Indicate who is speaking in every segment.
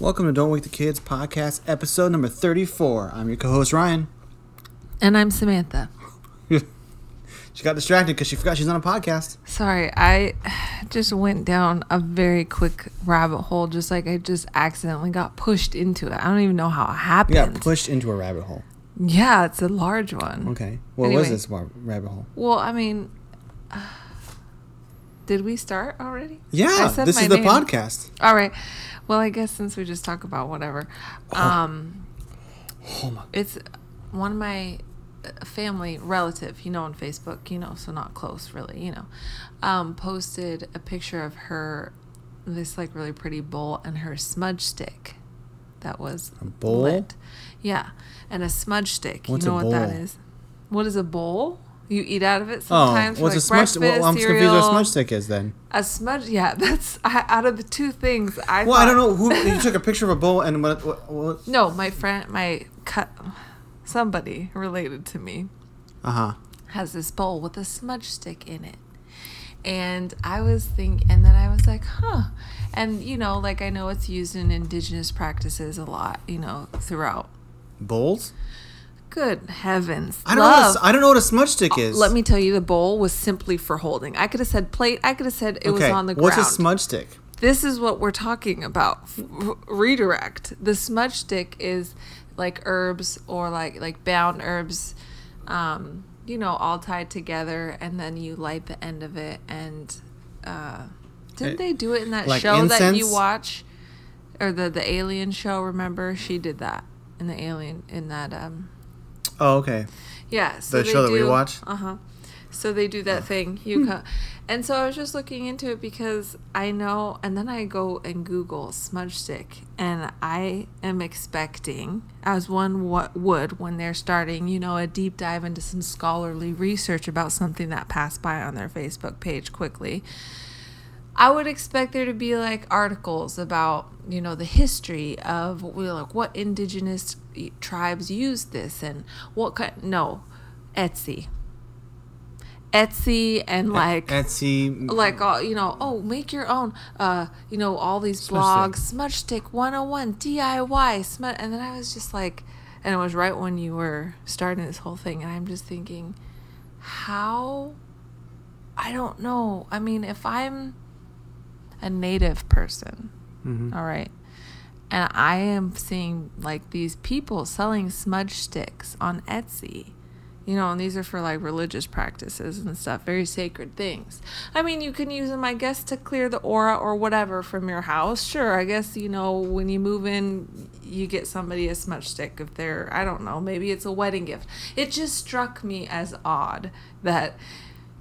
Speaker 1: Welcome to Don't Wake the Kids podcast, episode number 34. I'm your co host, Ryan.
Speaker 2: And I'm Samantha.
Speaker 1: She got distracted because she forgot she's on a podcast.
Speaker 2: Sorry, I just went down a very quick rabbit hole, just like I just accidentally got pushed into it. I don't even know how it
Speaker 1: You got
Speaker 2: happened.
Speaker 1: pushed into a rabbit hole.
Speaker 2: yeah, it's a large one.
Speaker 1: Okay. What was
Speaker 2: Anyway.
Speaker 1: this wa- rabbit hole?
Speaker 2: Well, I mean, did we start already?
Speaker 1: Yeah,
Speaker 2: said
Speaker 1: this
Speaker 2: my
Speaker 1: is the
Speaker 2: name.
Speaker 1: podcast.
Speaker 2: All right. Well, I guess since we just talk about whatever, um,
Speaker 1: Oh my.
Speaker 2: it's one of my uh, family relative, you know, on Facebook, you know, so not close really, you know, um, posted a picture of her, this like really pretty bowl and her smudge stick. That was
Speaker 1: A bowl?
Speaker 2: lit. yeah, and a smudge stick.
Speaker 1: What's
Speaker 2: you
Speaker 1: a
Speaker 2: know what that
Speaker 1: bowl?
Speaker 2: is? What is a bowl? You eat out of it
Speaker 1: Oh,
Speaker 2: sometimes. for,
Speaker 1: what's
Speaker 2: like
Speaker 1: a smudge?
Speaker 2: breakfast,
Speaker 1: Well, I'm just
Speaker 2: cereal.
Speaker 1: confused what a smudge stick is then.
Speaker 2: A smudge, yeah. That's I, out of the two things. I
Speaker 1: Well, I
Speaker 2: thought-
Speaker 1: don't know who you took a picture of a bowl and what. what, what
Speaker 2: No, my friend, my cut, somebody related to me
Speaker 1: uh huh.
Speaker 2: has this bowl with a smudge stick in it. And I was thinking, and then I was like, huh. And, you know, like I know it's used in indigenous practices a lot, you know, throughout.
Speaker 1: Bowls?
Speaker 2: Good heavens.
Speaker 1: I don't know. What a, s- I don't know what a smudge stick is.
Speaker 2: Uh, Let me tell you, the bowl was simply for holding. I could have said plate. I could have said it was on the ground.
Speaker 1: What's a smudge stick?
Speaker 2: this is what we're talking about F- r- redirect the smudge stick is like herbs or like like bound herbs um, you know all tied together and then you light the end of it and uh, didn't they do it in that
Speaker 1: Eh, Like
Speaker 2: show that you
Speaker 1: incense?
Speaker 2: watch or the the alien show remember she did that in the alien in that um
Speaker 1: Oh, okay.
Speaker 2: yeah, so
Speaker 1: The
Speaker 2: they
Speaker 1: show that we
Speaker 2: do-
Speaker 1: watch? Oh. Hmm.
Speaker 2: Uh-huh. So they do that thing, you co- And so I was just looking into it because I know and then I go and Google smudge stick and I am expecting as one what would when they're starting, you know, a deep dive into some scholarly research about something that passed by on their Facebook page quickly. I would expect there to be like articles about, you know, the history of we like what indigenous e, tribes used this and what kind. No, Etsy. Etsy and like
Speaker 1: Etsy.
Speaker 2: like all you know oh make your own uh you know all these blogs smudge stick 101 diy smudge and then i was just like and it was right when you were starting this whole thing and i'm just thinking how i don't know i mean if i'm a native person all right and i am seeing like these people selling smudge sticks on etsy you know, and these are for like religious practices and stuff, very sacred things. I mean, you can use them, I guess, to clear the aura or whatever from your house. Sure, I guess, you know, when you move in, you get somebody a smudge stick if they're, I don't know, maybe it's a wedding gift. It just struck me as odd that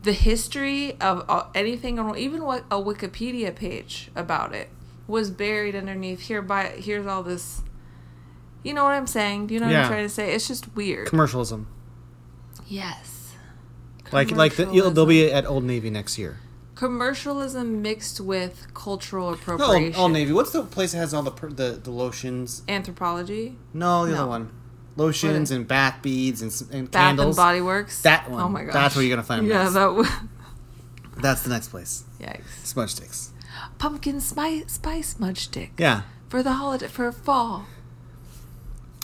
Speaker 2: the history of uh, anything, or even what a Wikipedia page about it, was buried underneath here by, here's all this. You know what I'm saying? Do you know what
Speaker 1: Yeah.
Speaker 2: I'm trying to say? It's just weird.
Speaker 1: Commercialism.
Speaker 2: Yes.
Speaker 1: Like like the, you'll- they'll be at Old Navy next year.
Speaker 2: commercialism mixed with cultural
Speaker 1: No,
Speaker 2: appropriation.
Speaker 1: Old, Old Navy. What's the place that has all the per- the, the lotions?
Speaker 2: Anthropology,
Speaker 1: No, the other
Speaker 2: No.
Speaker 1: one. Lotions
Speaker 2: What?
Speaker 1: and bath beads and, s- and
Speaker 2: Bath
Speaker 1: candles.
Speaker 2: and Body Works.
Speaker 1: That one.
Speaker 2: Oh my gosh.
Speaker 1: That's where you're gonna find me.
Speaker 2: Yeah, that was.
Speaker 1: That's the next place.
Speaker 2: Yikes.
Speaker 1: Smudge sticks.
Speaker 2: Pumpkin spice, spice smudge stick.
Speaker 1: Yeah,
Speaker 2: For the holiday, for fall.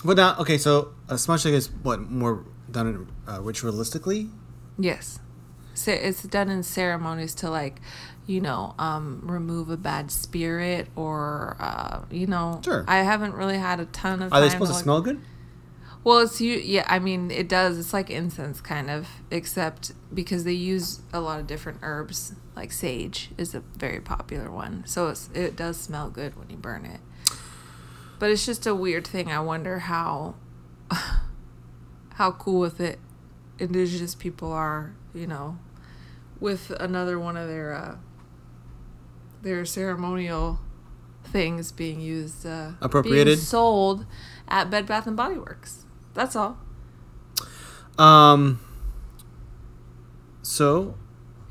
Speaker 1: but now okay. So a smudge stick is what more done uh, ritualistically.
Speaker 2: Yes. So it's done in ceremonies to like, you know, um, remove a bad spirit or, uh, you know.
Speaker 1: Sure.
Speaker 2: I haven't really had a ton of.
Speaker 1: Are they
Speaker 2: time
Speaker 1: supposed to
Speaker 2: look-
Speaker 1: smell good?
Speaker 2: Well, it's you. Yeah, I mean, it does. It's like incense, kind of, except because they use a lot of different herbs. Like sage is a very popular one, so it's, it does smell good when you burn it. But it's just a weird thing. I wonder how how cool with it indigenous people are. You know, with another one of their uh, their ceremonial things being used uh, being
Speaker 1: Appropriated?
Speaker 2: sold at Bed Bath and Body Works. That's all.
Speaker 1: Um. So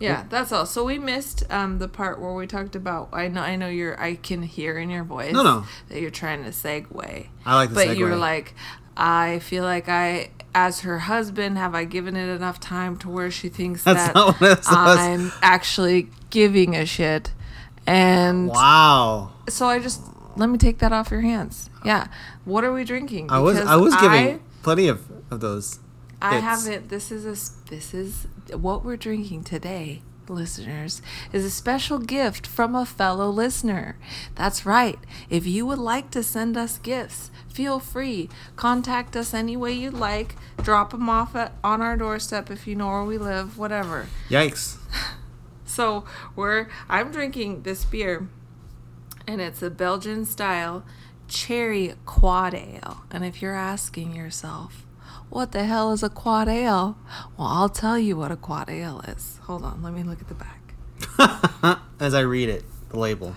Speaker 2: Yeah, that's all. So we missed um, the part where we talked about. I know, I know, you're. I can hear in your voice.
Speaker 1: No, no.
Speaker 2: That you're trying to segue.
Speaker 1: I like the
Speaker 2: but you
Speaker 1: segue.
Speaker 2: were like, I feel like I, as her husband, have I given it enough time to where she thinks
Speaker 1: That's
Speaker 2: that
Speaker 1: not what it says.
Speaker 2: I'm actually giving a shit, and
Speaker 1: wow.
Speaker 2: so I just Let me take that off your hands. Yeah. What are we drinking?
Speaker 1: I was
Speaker 2: Because
Speaker 1: I was giving
Speaker 2: I,
Speaker 1: plenty of of those.
Speaker 2: I
Speaker 1: bits.
Speaker 2: haven't. This is a. s- This is what we're drinking today, listeners. Is a special gift from a fellow listener. That's right. If you would like to send us gifts, feel free. Contact us any way you'd like. Drop them off at, on our doorstep if you know where we live. Whatever.
Speaker 1: Yikes!
Speaker 2: So we're I'm drinking this beer and it's a Belgian style cherry quad ale. And if you're asking yourself, what the hell is a quad ale? Well, I'll tell you what a quad ale is. Hold on, let me look at the back.
Speaker 1: As I read it, the label.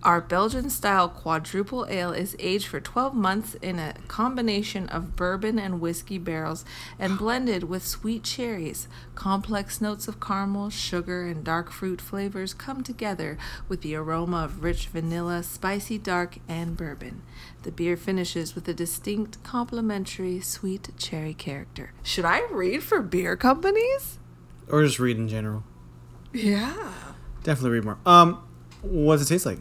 Speaker 2: Our Belgian style quadruple ale is aged for 12 months in a combination of bourbon and whiskey barrels and blended with sweet cherries. Complex notes of caramel, sugar, and dark fruit flavors come together with the aroma of rich vanilla, spicy dark, and bourbon. The beer finishes with a distinct complementary sweet cherry character. Should I read for beer companies?
Speaker 1: or just read in general.
Speaker 2: Yeah.
Speaker 1: Definitely read more. Um, what does it taste like?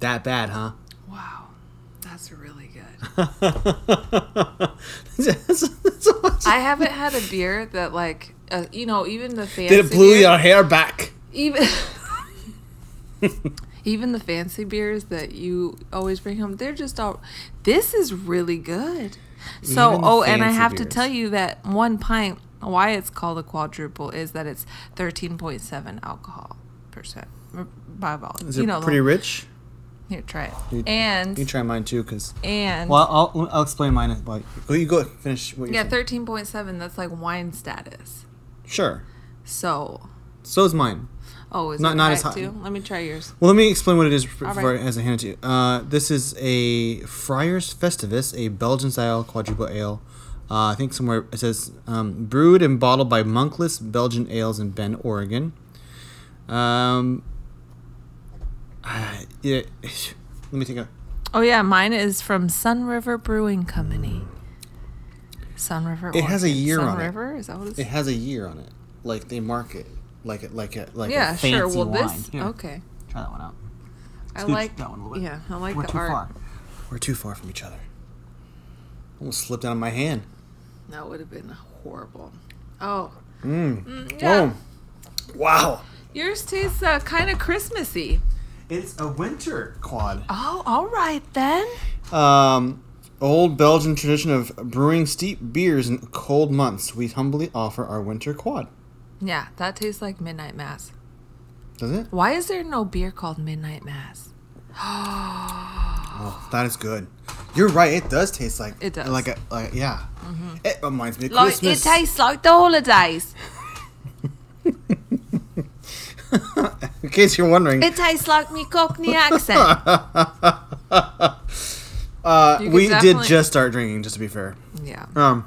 Speaker 1: That bad, huh?
Speaker 2: Wow. That's really good.
Speaker 1: That's- that's awesome.
Speaker 2: I haven't had a beer that like uh, you know even the fancy
Speaker 1: Did it blew
Speaker 2: beer,
Speaker 1: your hair back?
Speaker 2: even even the fancy beers that you always bring home they're just all this is really good. So
Speaker 1: Even the
Speaker 2: oh and I
Speaker 1: fancy
Speaker 2: have to
Speaker 1: beers.
Speaker 2: tell you that one pint why it's called a quadruple is that it's 13.7 alcohol percent r- by volume.
Speaker 1: Is
Speaker 2: you
Speaker 1: it
Speaker 2: know
Speaker 1: pretty rich?
Speaker 2: here try it.
Speaker 1: You-
Speaker 2: and
Speaker 1: You try mine too, cause.
Speaker 2: and
Speaker 1: Well, I'll, I'll explain mine. While you, you go finish what you're
Speaker 2: yeah
Speaker 1: saying.
Speaker 2: 13.7 that's like wine status.
Speaker 1: Sure.
Speaker 2: So
Speaker 1: So is mine.
Speaker 2: Oh, is
Speaker 1: Not-
Speaker 2: it
Speaker 1: not
Speaker 2: high
Speaker 1: as hot.
Speaker 2: too? Let me try yours.
Speaker 1: Well, let me explain what it is before
Speaker 2: All right.
Speaker 1: as I hand it to you. Uh, this is a Friars Festivus, a Belgian style quadruple ale. Uh, I think somewhere it says um, brewed and bottled by Monkless Belgian Ales in Bend, Oregon. Um, uh, yeah, let me take a.
Speaker 2: Oh yeah, mine is from Sun River Brewing Company. Sun River.
Speaker 1: It has a
Speaker 2: Oregon.
Speaker 1: year
Speaker 2: Sun
Speaker 1: on it.
Speaker 2: River? Is that what it's?
Speaker 1: It has a year on it, like they mark it, like it, like it, like
Speaker 2: yeah,
Speaker 1: A
Speaker 2: sure.
Speaker 1: fancy
Speaker 2: Well,
Speaker 1: wine.
Speaker 2: this
Speaker 1: Here,
Speaker 2: okay.
Speaker 1: Try that one out.
Speaker 2: I
Speaker 1: Scooch
Speaker 2: like
Speaker 1: that one a little bit.
Speaker 2: Yeah, I like
Speaker 1: We're
Speaker 2: the
Speaker 1: too
Speaker 2: art.
Speaker 1: far. We're too far from each other. Almost slipped out of my hand.
Speaker 2: That would have been horrible. Oh. Mm. yeah.
Speaker 1: Oh, wow!
Speaker 2: Yours tastes uh, kind of Christmassy.
Speaker 1: It's a winter quad.
Speaker 2: Oh, all right then.
Speaker 1: Um, old Belgian tradition of brewing steep beers in cold months. We humbly offer our winter quad.
Speaker 2: Yeah, that tastes like midnight mass.
Speaker 1: Does it?
Speaker 2: Why is there no beer called midnight mass?
Speaker 1: Oh, that is good. You're right. It does taste like
Speaker 2: It does. Mm-hmm.
Speaker 1: Like a like yeah. It reminds me of
Speaker 2: Like
Speaker 1: Christmas.
Speaker 2: it tastes like the holidays.
Speaker 1: In case you're wondering,
Speaker 2: It tastes like me Cockney accent.
Speaker 1: uh,
Speaker 2: You could
Speaker 1: we did
Speaker 2: definitely-
Speaker 1: just start drinking. Just to be fair.
Speaker 2: yeah.
Speaker 1: Um.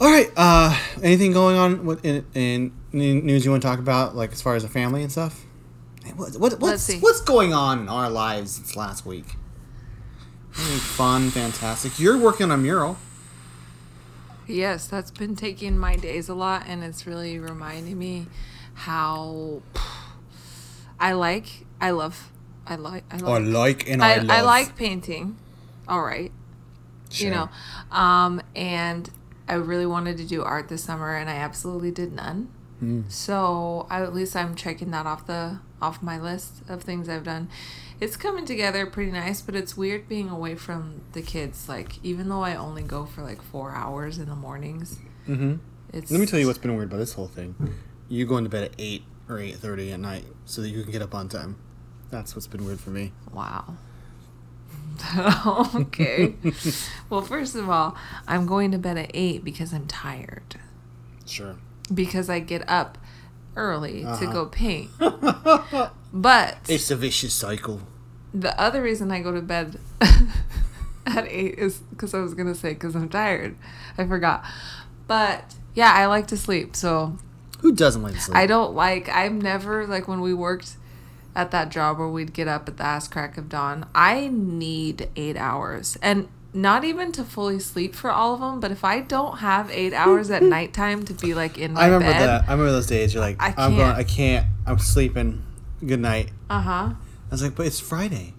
Speaker 1: All right. Uh, anything going on with, in, in in news you want to talk about, like as far as a family and stuff? Hey, What, what, what's
Speaker 2: see.
Speaker 1: what's going on in our lives since last week? Anything fun, fantastic. You're working on a mural.
Speaker 2: Yes, that's been taking my days a lot, and it's really reminding me how I like, I love, I like, I
Speaker 1: Oh,
Speaker 2: like,
Speaker 1: like and
Speaker 2: I, I like painting. All right,
Speaker 1: Sure.
Speaker 2: you know, um, and I really wanted to do art this summer, and I absolutely did none.
Speaker 1: Hmm.
Speaker 2: So I, at least I'm checking that off the off my list of things I've done. It's coming together pretty nice, but it's weird being away from the kids. Like even though I only go for like four hours in the mornings, mm-hmm. it's
Speaker 1: Let me tell you what's been weird about this whole thing. You going to bed at eight or eight thirty at night so that you can get up on time. That's what's been weird for me.
Speaker 2: Wow. okay. well, first of all, I'm going to bed at 8 because I'm tired.
Speaker 1: Sure.
Speaker 2: Because I get up early to
Speaker 1: Uh-huh.
Speaker 2: go paint. but
Speaker 1: It's a vicious cycle.
Speaker 2: the other reason I go to bed at 8 is because I was going to say because I'm tired. I forgot. But yeah, I like to sleep. So
Speaker 1: Who doesn't like to sleep?
Speaker 2: I don't like. I've never like when we worked at that job where we'd get up at the ass crack of dawn. I need eight hours, and not even to fully sleep for all of them, but if I don't have eight hours at nighttime to be like in my
Speaker 1: I remember
Speaker 2: bed,
Speaker 1: that. I remember those days. You're like,
Speaker 2: I
Speaker 1: I'm going.
Speaker 2: can't.
Speaker 1: I can't. I'm sleeping. Good night.
Speaker 2: uh huh.
Speaker 1: I was like, but it's Friday.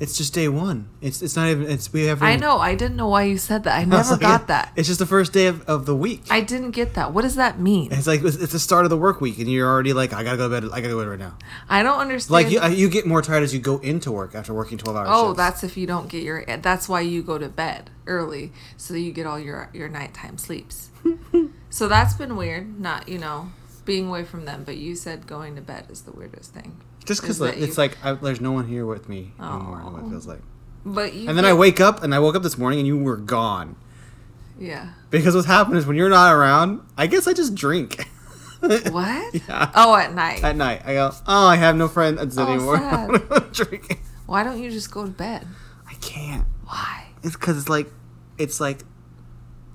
Speaker 1: It's just day one. It's it's not even. It's we haven't.
Speaker 2: I
Speaker 1: even-
Speaker 2: know. I didn't know why you said that. I
Speaker 1: I was
Speaker 2: never
Speaker 1: like,
Speaker 2: got
Speaker 1: it-
Speaker 2: that.
Speaker 1: It's just the first day of, of the week.
Speaker 2: I didn't get that. What does that mean?
Speaker 1: it's like it's, it's the start of the work week, and you're already like, I gotta go to bed. I gotta go to bed right now.
Speaker 2: I don't understand.
Speaker 1: Like you, I- you get more tired as you go into work after working twelve hours.
Speaker 2: oh, that's if you don't get your. That's why you go to bed early so that you get all your your nighttime sleeps. so that's been weird. Not you know being away from them, but you said going to bed is the weirdest thing.
Speaker 1: just because
Speaker 2: Isn't that
Speaker 1: it's
Speaker 2: you-
Speaker 1: like I, there's no one here with me anymore. is What it feels like.
Speaker 2: But you
Speaker 1: And then I
Speaker 2: get-
Speaker 1: wake up, and I woke up this morning, and you were gone.
Speaker 2: Yeah.
Speaker 1: Because what's happened is when you're not around, I guess I just drink.
Speaker 2: What?
Speaker 1: Yeah.
Speaker 2: Oh, at night.
Speaker 1: At night, I go, oh, I have no friends
Speaker 2: Oh,
Speaker 1: anymore.
Speaker 2: sad.
Speaker 1: I'm drinking.
Speaker 2: Why don't you just go to bed?
Speaker 1: I can't.
Speaker 2: Why?
Speaker 1: It's because it's like, it's like,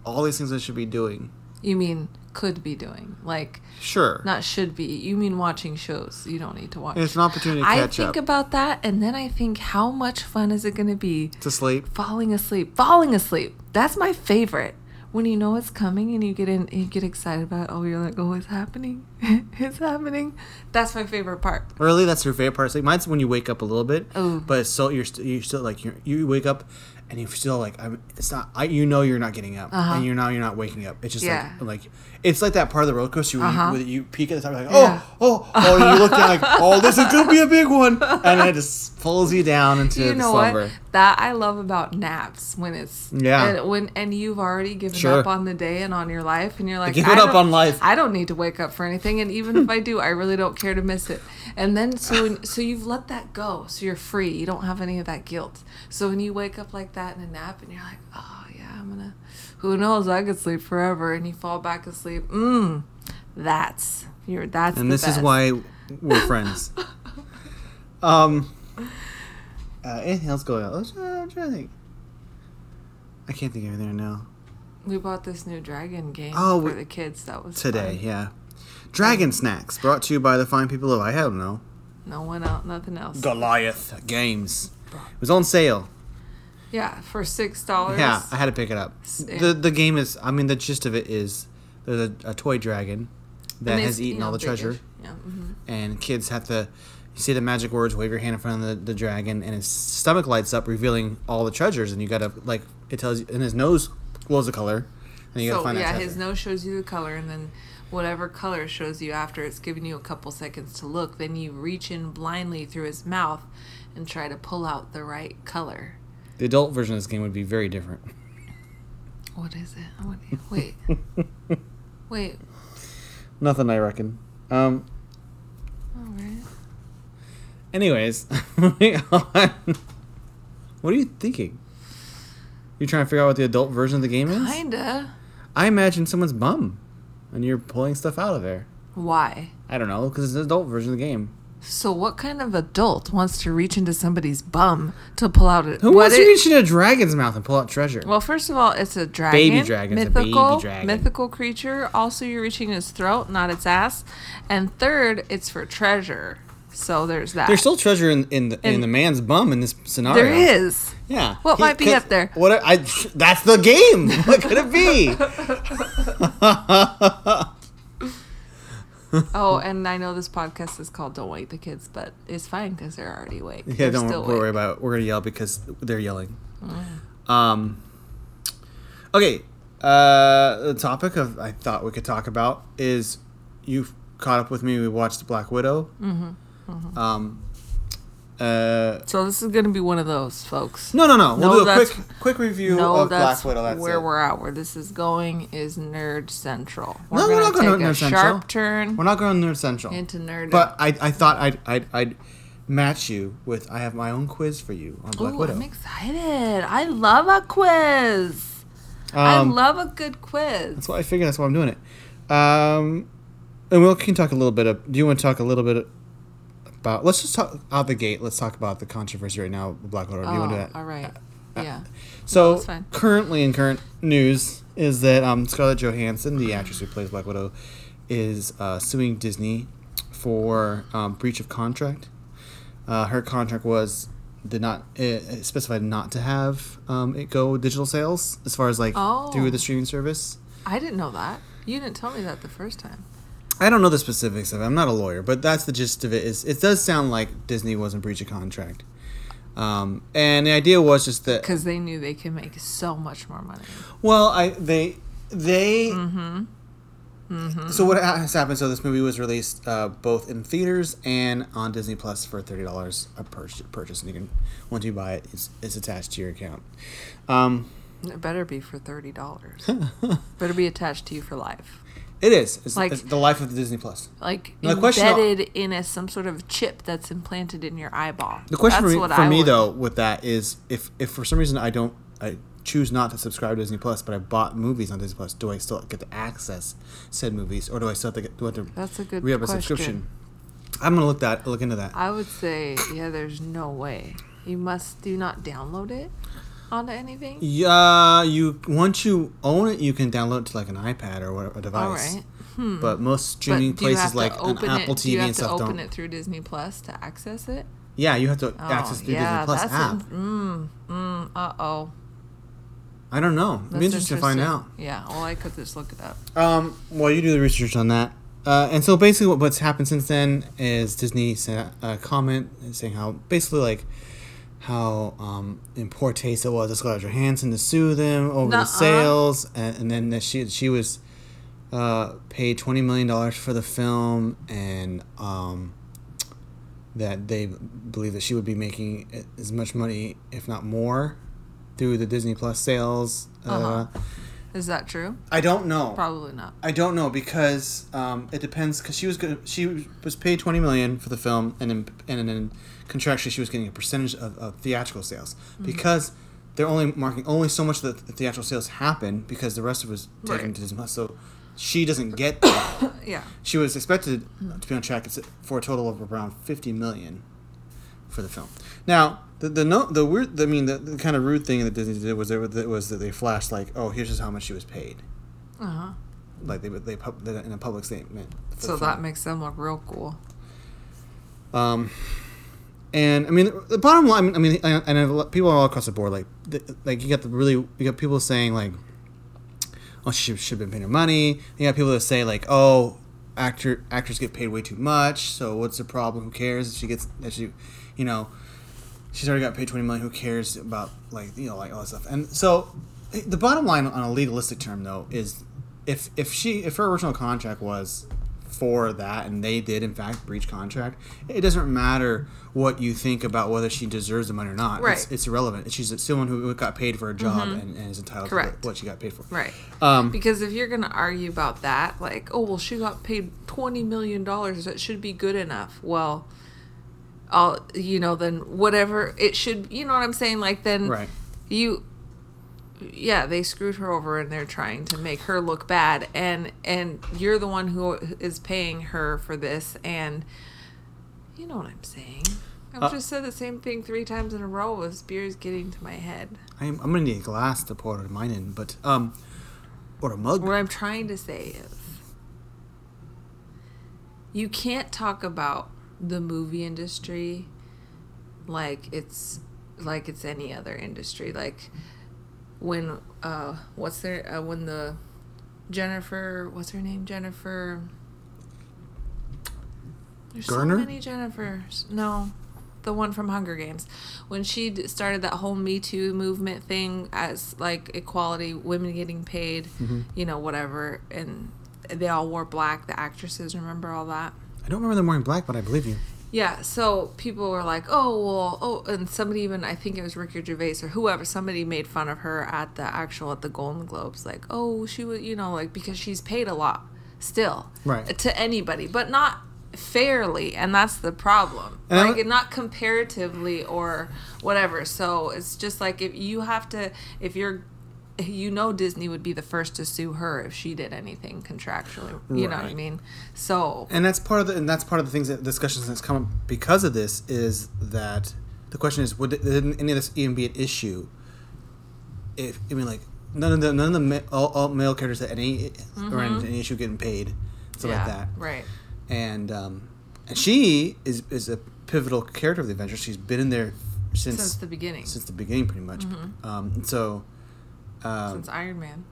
Speaker 1: all these things I should be doing.
Speaker 2: You mean could be doing like
Speaker 1: Sure,
Speaker 2: not should be. You mean watching shows you don't need to watch.
Speaker 1: it's an opportunity to
Speaker 2: I
Speaker 1: catch
Speaker 2: think
Speaker 1: up,
Speaker 2: about that, and then I think, how much fun is it going to be
Speaker 1: to sleep.
Speaker 2: falling asleep? Falling asleep. That's my favorite. When you know it's coming and you get in, you get excited about. It. Oh, you're like, oh, it's happening. it's happening. That's my favorite part.
Speaker 1: Really, that's your favorite part. Of sleep. Mine's when you wake up a little bit,
Speaker 2: Oh.
Speaker 1: but it's still you're still you're still like you're, you wake up, and you're still like I'm. It's not. I you know you're not getting up, and you're now you're not waking up. It's just
Speaker 2: Uh-huh. Yeah. Uh-huh.
Speaker 1: like like it's like that part of the roller coaster where, you, where you peek at the top, you're like oh
Speaker 2: Yeah.
Speaker 1: oh oh, and you look down like oh this is gonna be a big one, and it just pulls you down into
Speaker 2: you
Speaker 1: the
Speaker 2: know
Speaker 1: slumber.
Speaker 2: what that i love about naps when it's
Speaker 1: Yeah.
Speaker 2: and when and you've already given
Speaker 1: Sure.
Speaker 2: up on the day and on your life and you're like
Speaker 1: give
Speaker 2: I
Speaker 1: it up
Speaker 2: don't-
Speaker 1: on life."
Speaker 2: i don't need to wake up for anything and even if i do i really don't care to miss it and then so when, so you've let that go so you're free you don't have any of that guilt so when you wake up like that in a nap and you're like oh yeah i'm gonna who knows i could sleep forever and you fall back asleep mm that's your that's
Speaker 1: and
Speaker 2: the
Speaker 1: this is
Speaker 2: best.
Speaker 1: why we're friends. um, uh, anything else going on? Let's- uh, I'm trying to think. I can't think of anything right now.
Speaker 2: we bought this new dragon game
Speaker 1: Oh,
Speaker 2: for
Speaker 1: we-
Speaker 2: the kids that was
Speaker 1: Today,
Speaker 2: fun.
Speaker 1: yeah. Dragon snacks brought to you by the fine people of I don't know
Speaker 2: no one else nothing else
Speaker 1: Goliath Games. It was on sale.
Speaker 2: Yeah, for six dollars.
Speaker 1: Yeah, I had to pick it up.
Speaker 2: Same.
Speaker 1: the The game is, I mean, the gist of it is there's a, a toy dragon that
Speaker 2: And
Speaker 1: has
Speaker 2: it's, you
Speaker 1: eaten all
Speaker 2: know,
Speaker 1: the treasure,
Speaker 2: biggish. Yeah, mhm.
Speaker 1: and kids have to. You say the magic words, wave your hand in front of the, the dragon, and his stomach lights up, revealing all the treasures. And you gotta like it tells you, and his nose glows a color, and you gotta
Speaker 2: So
Speaker 1: find
Speaker 2: yeah,
Speaker 1: that
Speaker 2: his
Speaker 1: treasure.
Speaker 2: nose shows you the color, and then whatever color shows you after it's giving you a couple seconds to look. Then you reach in blindly through his mouth and try to pull out the right color.
Speaker 1: The adult version of this game would be very different.
Speaker 2: What is it? I want- Wait, wait.
Speaker 1: Nothing, I reckon. Um,
Speaker 2: All right.
Speaker 1: Anyways, moving on. What are you thinking? You're trying to figure out what the adult version of the game is? I,
Speaker 2: Kinda.
Speaker 1: imagine someone's bum and you're pulling stuff out of there.
Speaker 2: Why?
Speaker 1: I don't know, because it's an adult version of the game.
Speaker 2: So, what kind of adult wants to reach into somebody's bum to pull out a
Speaker 1: Who
Speaker 2: what
Speaker 1: wants
Speaker 2: it-
Speaker 1: to reach into a dragon's mouth and pull out treasure?
Speaker 2: Well, first of all, it's a dragon.
Speaker 1: Baby dragon, it's a baby
Speaker 2: Mythical,
Speaker 1: dragon.
Speaker 2: mythical creature. Also, you're reaching its throat, not its ass. And third, it's for treasure. So there's that.
Speaker 1: There's still treasure in, in, the, in,
Speaker 2: In-
Speaker 1: the man's bum in this scenario.
Speaker 2: There is.
Speaker 1: Yeah.
Speaker 2: What might be
Speaker 1: 'cause-
Speaker 2: up there?
Speaker 1: What I, that's the game. What could it be?
Speaker 2: Oh, and I know this podcast is called "Don't Wake the Kids," but it's fine because they're already awake.
Speaker 1: Yeah,
Speaker 2: They're
Speaker 1: don't
Speaker 2: still Oh,
Speaker 1: worry
Speaker 2: awake.
Speaker 1: about it. We're gonna yell because they're yelling. Um. Okay. Uh, the topic of I thought we could talk about is you caught up with me. We watched Black Widow. Mm-hmm. Um. Uh.
Speaker 2: So this is gonna be one of those, folks.
Speaker 1: No, no, no. We'll
Speaker 2: No,
Speaker 1: do a
Speaker 2: that's-
Speaker 1: quick, quick review
Speaker 2: No,
Speaker 1: of
Speaker 2: that's
Speaker 1: Black Widow. That's
Speaker 2: where
Speaker 1: it.
Speaker 2: we're at. Where this is going is Nerd Central. We're
Speaker 1: No,
Speaker 2: gonna
Speaker 1: we're not
Speaker 2: take
Speaker 1: going to
Speaker 2: a
Speaker 1: Nerd Central.
Speaker 2: sharp turn
Speaker 1: We're not going to Nerd Central.
Speaker 2: into Nerd.
Speaker 1: but I, I thought I'd, I'd, I'd match you with I have my own quiz for you on Black
Speaker 2: Ooh,
Speaker 1: Widow.
Speaker 2: I'm excited. I love a quiz. I
Speaker 1: Um,
Speaker 2: love a good quiz.
Speaker 1: That's why I figured that's why I'm doing it. Um, and we can talk a little bit of. Do you want to talk a little bit about? Let's just talk out the gate. Let's talk about the controversy right now with Black Widow. Do you want to do that?
Speaker 2: Oh, all right. Yeah.
Speaker 1: So
Speaker 2: that's fine.
Speaker 1: currently in current news is that um, Scarlett Johansson, the actress who plays Black Widow, is uh, suing Disney for um, breach of contract. Uh, her contract was did not it it specified not to have um, it go digital sales as far as like
Speaker 2: Oh.
Speaker 1: through the streaming service.
Speaker 2: I didn't know that. You didn't tell me that the first time.
Speaker 1: I don't know the specifics of it. I'm not a lawyer, but that's the gist of it. Is it does sound like Disney was in breach of contract, um, and the idea was just that
Speaker 2: Because they knew they could make so much more money.
Speaker 1: Well, I they they. So what has happened? So this movie was released uh, both in theaters and on Disney Plus for thirty dollars a purchase. Purchase, and you can once you buy it, it's, it's attached to your account. Um,
Speaker 2: It better be for thirty dollars. better be attached to you for life.
Speaker 1: it is it's,
Speaker 2: Like-
Speaker 1: it's the life of the Disney Plus.
Speaker 2: Like
Speaker 1: Now, the question-
Speaker 2: embedded in a some sort of chip that's implanted in your eyeball.
Speaker 1: The question
Speaker 2: That's
Speaker 1: for
Speaker 2: what
Speaker 1: me, for
Speaker 2: I
Speaker 1: me
Speaker 2: would-
Speaker 1: though with that is if if for some reason I don't I choose not to subscribe to Disney Plus, but I bought movies on Disney Plus, do I still get to access said movies, or do I still have to get, do I have to
Speaker 2: That's a good
Speaker 1: re-up a
Speaker 2: question.
Speaker 1: subscription? I'm gonna look that look into that.
Speaker 2: I would say, yeah, there's no way. You must do not download it onto anything.
Speaker 1: Yeah, you once you own it, you can download it to like an iPad or whatever a
Speaker 2: All
Speaker 1: device.
Speaker 2: right. Hmm.
Speaker 1: But most streaming
Speaker 2: do you
Speaker 1: places
Speaker 2: have to
Speaker 1: like an
Speaker 2: open
Speaker 1: Apple
Speaker 2: it, do
Speaker 1: TV
Speaker 2: you have
Speaker 1: and
Speaker 2: to
Speaker 1: stuff
Speaker 2: open
Speaker 1: don't.
Speaker 2: it Oh, through Disney Plus to access it?
Speaker 1: Yeah, you have to access the Disney Plus app.
Speaker 2: uh oh.
Speaker 1: I don't know. It'd be interesting to find out.
Speaker 2: Yeah, well, I could just look it up.
Speaker 1: Um, well, you do the research on that. Uh, and so basically, what, what's happened since then is Disney sent a comment saying how basically like how um, in poor taste it was of Scarlett Johansson to sue them over
Speaker 2: Nuh-uh.
Speaker 1: the sales, and, and then that she she was uh, paid twenty million dollars for the film, and um, that they believe that she would be making as much money, if not more, through the Disney Plus sales. uh
Speaker 2: Is that true?
Speaker 1: I don't know.
Speaker 2: Probably not.
Speaker 1: I don't know because um, it depends. Because she was gonna, she was paid twenty million for the film, and then and then contractually she was getting a percentage of, of theatrical sales because they're only marking only so much that the theatrical sales happen because the rest of it was taken
Speaker 2: Right.
Speaker 1: to Disney. Plus, So she doesn't get. That.
Speaker 2: Yeah.
Speaker 1: she was expected to be on track for a total of around fifty million for the film. Now, the the no, the weird, I mean, the, the kind of rude thing that Disney did was that was that they flashed like, oh, here's just how much she was paid,
Speaker 2: Uh huh.
Speaker 1: like they they pub, they- in a public statement. for the
Speaker 2: So
Speaker 1: film.
Speaker 2: that makes them look real cool.
Speaker 1: Um, and I mean, the bottom line. I mean, I, I know a lot- people are all across the board. Like, th like you got the really you got people saying like, oh, she should have been paying her money. You got people that say like, oh, actor actors get paid way too much. So what's the problem? Who cares if she gets that she, you know, she's already got paid twenty million. Who cares about like you know like all that stuff? And so, eh, the bottom line on a legalistic term though is, if if she if her original contract was for that and they did in fact breach contract, it doesn't matter what you think about whether she deserves the money or not.
Speaker 2: Right. Mm-hmm.
Speaker 1: It's, it's irrelevant. She's someone who got paid for a job and, and is entitled
Speaker 2: Correct.
Speaker 1: to what she got paid for.
Speaker 2: Right.
Speaker 1: Um,
Speaker 2: Because if you're going to argue about that, like, oh, well, she got paid $20 million, that should be good enough. Well, I'll, you know, then whatever it should, you know what I'm saying? Like, then
Speaker 1: Right.
Speaker 2: you, yeah, they screwed her over and they're trying to make her look bad. And, and you're the one who is paying her for this. And you know what I'm saying. I've
Speaker 1: Uh,
Speaker 2: just said the same thing three times in a row with beer's getting to my head.
Speaker 1: I'm, I'm gonna need a glass to pour mine in, but um, or a mug.
Speaker 2: What I'm trying to say is you can't talk about the movie industry like it's like it's any other industry. Like when uh what's their uh, when the Jennifer what's her name? Jennifer There's
Speaker 1: Garner?
Speaker 2: so many Jennifers. No. The one from Hunger Games. When she d- started that whole Me Too movement thing as like equality, women getting paid, you know, whatever, and they all wore black, the actresses, remember all that?
Speaker 1: I don't remember them wearing black, but I believe you.
Speaker 2: Yeah, so people were like, "Oh, well, oh," and somebody even I think it was Ricky Gervais or whoever somebody made fun of her at the actual at the Golden Globes, like, "Oh, she was, you know, like because she's paid a lot still,
Speaker 1: Right.
Speaker 2: to anybody, but not fairly, and that's the problem,
Speaker 1: And I
Speaker 2: like
Speaker 1: would-
Speaker 2: not comparatively or whatever. So it's just like if you have to, if you're you know Disney would be the first to sue her if she did anything contractually. You know what I
Speaker 1: Right.
Speaker 2: mean? So
Speaker 1: And that's part of the and that's part of the things that discussions that's come up because of this is that the question is would didn't any of this even be an issue? If I mean like none of the none of the ma- all, all male characters at any or in any issue getting paid stuff
Speaker 2: yeah,
Speaker 1: like that,
Speaker 2: right.
Speaker 1: and um, and she is is a pivotal character of the adventure. She's been in there since
Speaker 2: since the beginning,
Speaker 1: since the beginning, pretty much. Um, and so um,
Speaker 2: since Iron Man.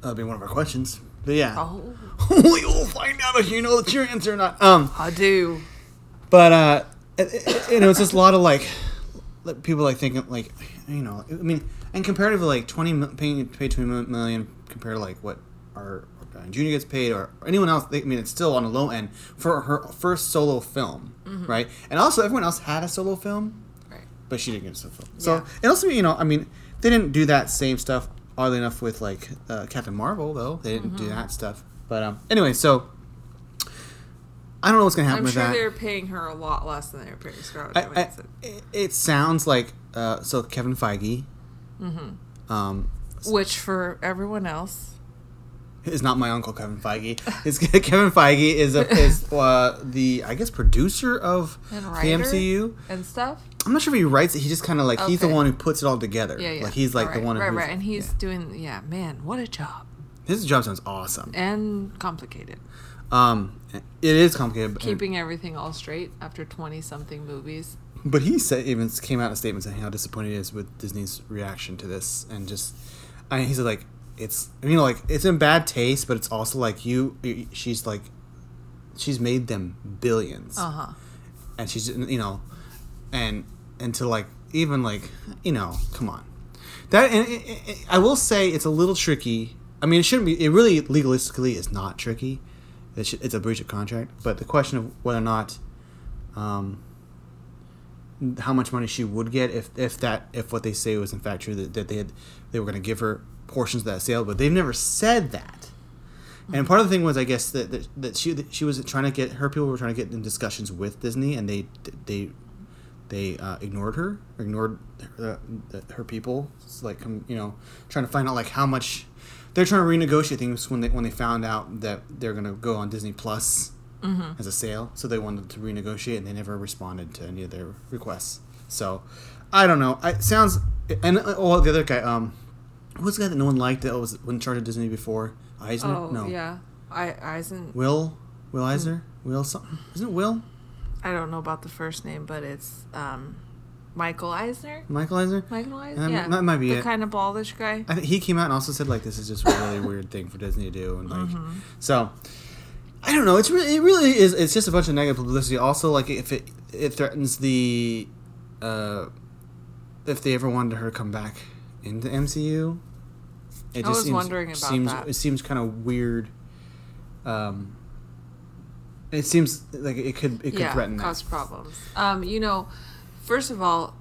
Speaker 1: that'll uh, be one of our questions. But yeah,
Speaker 2: Oh,
Speaker 1: we will find out if you know the your answer or not. Um,
Speaker 2: I do.
Speaker 1: but uh, it, it, you know, it's just a lot of like like, people like thinking like you know, I mean, and comparatively like twenty mi- paying pay twenty mi- million compared to like what our uh, Junior gets paid or anyone else. They, I mean, it's still on the low end for her first solo film, right? And also, everyone else had a solo film,
Speaker 2: Right.
Speaker 1: but she didn't get a solo film. So
Speaker 2: Yeah.
Speaker 1: and also, you know, I mean, they didn't do that same stuff. Oddly enough, with like uh, Captain Marvel, though they didn't
Speaker 2: Mm-hmm.
Speaker 1: do that stuff. But um, anyway, so I don't know what's gonna happen
Speaker 2: I'm
Speaker 1: with
Speaker 2: sure
Speaker 1: that.
Speaker 2: they were paying her a lot less than they were paying Scarlett
Speaker 1: I, I,
Speaker 2: Johansson,
Speaker 1: it- it sounds like uh, so Kevin Feige
Speaker 2: Mm-hmm.
Speaker 1: um,
Speaker 2: which for everyone else,
Speaker 1: is not my uncle Kevin Feige. Is Kevin Feige is a, is uh, the I guess producer of
Speaker 2: And
Speaker 1: the
Speaker 2: writer?
Speaker 1: MCU.
Speaker 2: and stuff.
Speaker 1: I'm not sure if he writes it. He just kind of like he's the
Speaker 2: Okay.
Speaker 1: one who puts it all together.
Speaker 2: Yeah, yeah.
Speaker 1: Like he's like
Speaker 2: All
Speaker 1: the
Speaker 2: right,
Speaker 1: one
Speaker 2: Right,
Speaker 1: who's,
Speaker 2: right, and he's
Speaker 1: yeah.
Speaker 2: doing. Yeah, man, what a job
Speaker 1: his job sounds awesome.
Speaker 2: and complicated.
Speaker 1: Um, it is complicated, but,
Speaker 2: Keeping everything all straight after twenty something movies.
Speaker 1: but he said even came out in statements saying how disappointed he is with Disney's reaction to this, and just I mean, he's like it's I mean like it's in bad taste, but it's also like you you- she's like she's made them billions,
Speaker 2: Uh huh.
Speaker 1: and she's you know and and to like even like you know come on that and, and- and- I will say it's a little tricky. I mean, it shouldn't be. It really legalistically is not tricky. It should, it's a breach of contract, but the question of whether or not um, how much money she would get if, if that if what they say was in fact true that, that they had they were going to give her portions of that sale but they've never said that and part of the thing was i guess that that, that she that she was trying to get her people were trying to get in discussions with disney and they they they uh, ignored her ignored her, uh, her people it's like um, you know trying to find out like how much they're trying to renegotiate things when they when they found out that they're going to go on disney plus
Speaker 2: Mm-hmm.
Speaker 1: as a sale, so they wanted to renegotiate, and they never responded to any of their requests. So, I don't know. I it sounds and uh, oh, the other guy, um, who's the guy that no one liked that was in charge of Disney before Eisner?
Speaker 2: Oh
Speaker 1: no,
Speaker 2: yeah, I Eisen.
Speaker 1: Will
Speaker 2: Hmm.
Speaker 1: Will Eisner Will something isn't it Will
Speaker 2: I don't know about the first name, but it's um, Michael Eisner.
Speaker 1: Michael Eisner?
Speaker 2: Michael Eisner.
Speaker 1: Um,
Speaker 2: yeah,
Speaker 1: that might be
Speaker 2: the
Speaker 1: it.
Speaker 2: kind of baldish guy.
Speaker 1: I think he came out and also said like this is just a really weird thing for Disney to do, and like
Speaker 2: Mm-hmm.
Speaker 1: so. I don't know. It's really, it really is. It's just a bunch of negative publicity. Also, like if it it threatens the, uh, if they ever wanted her to come back into MCU, it
Speaker 2: I was wondering about
Speaker 1: seems
Speaker 2: that.
Speaker 1: it seems kind of weird. Um, it seems like it could it could
Speaker 2: yeah,
Speaker 1: threaten that.
Speaker 2: cause problems. Um, you know, first of all,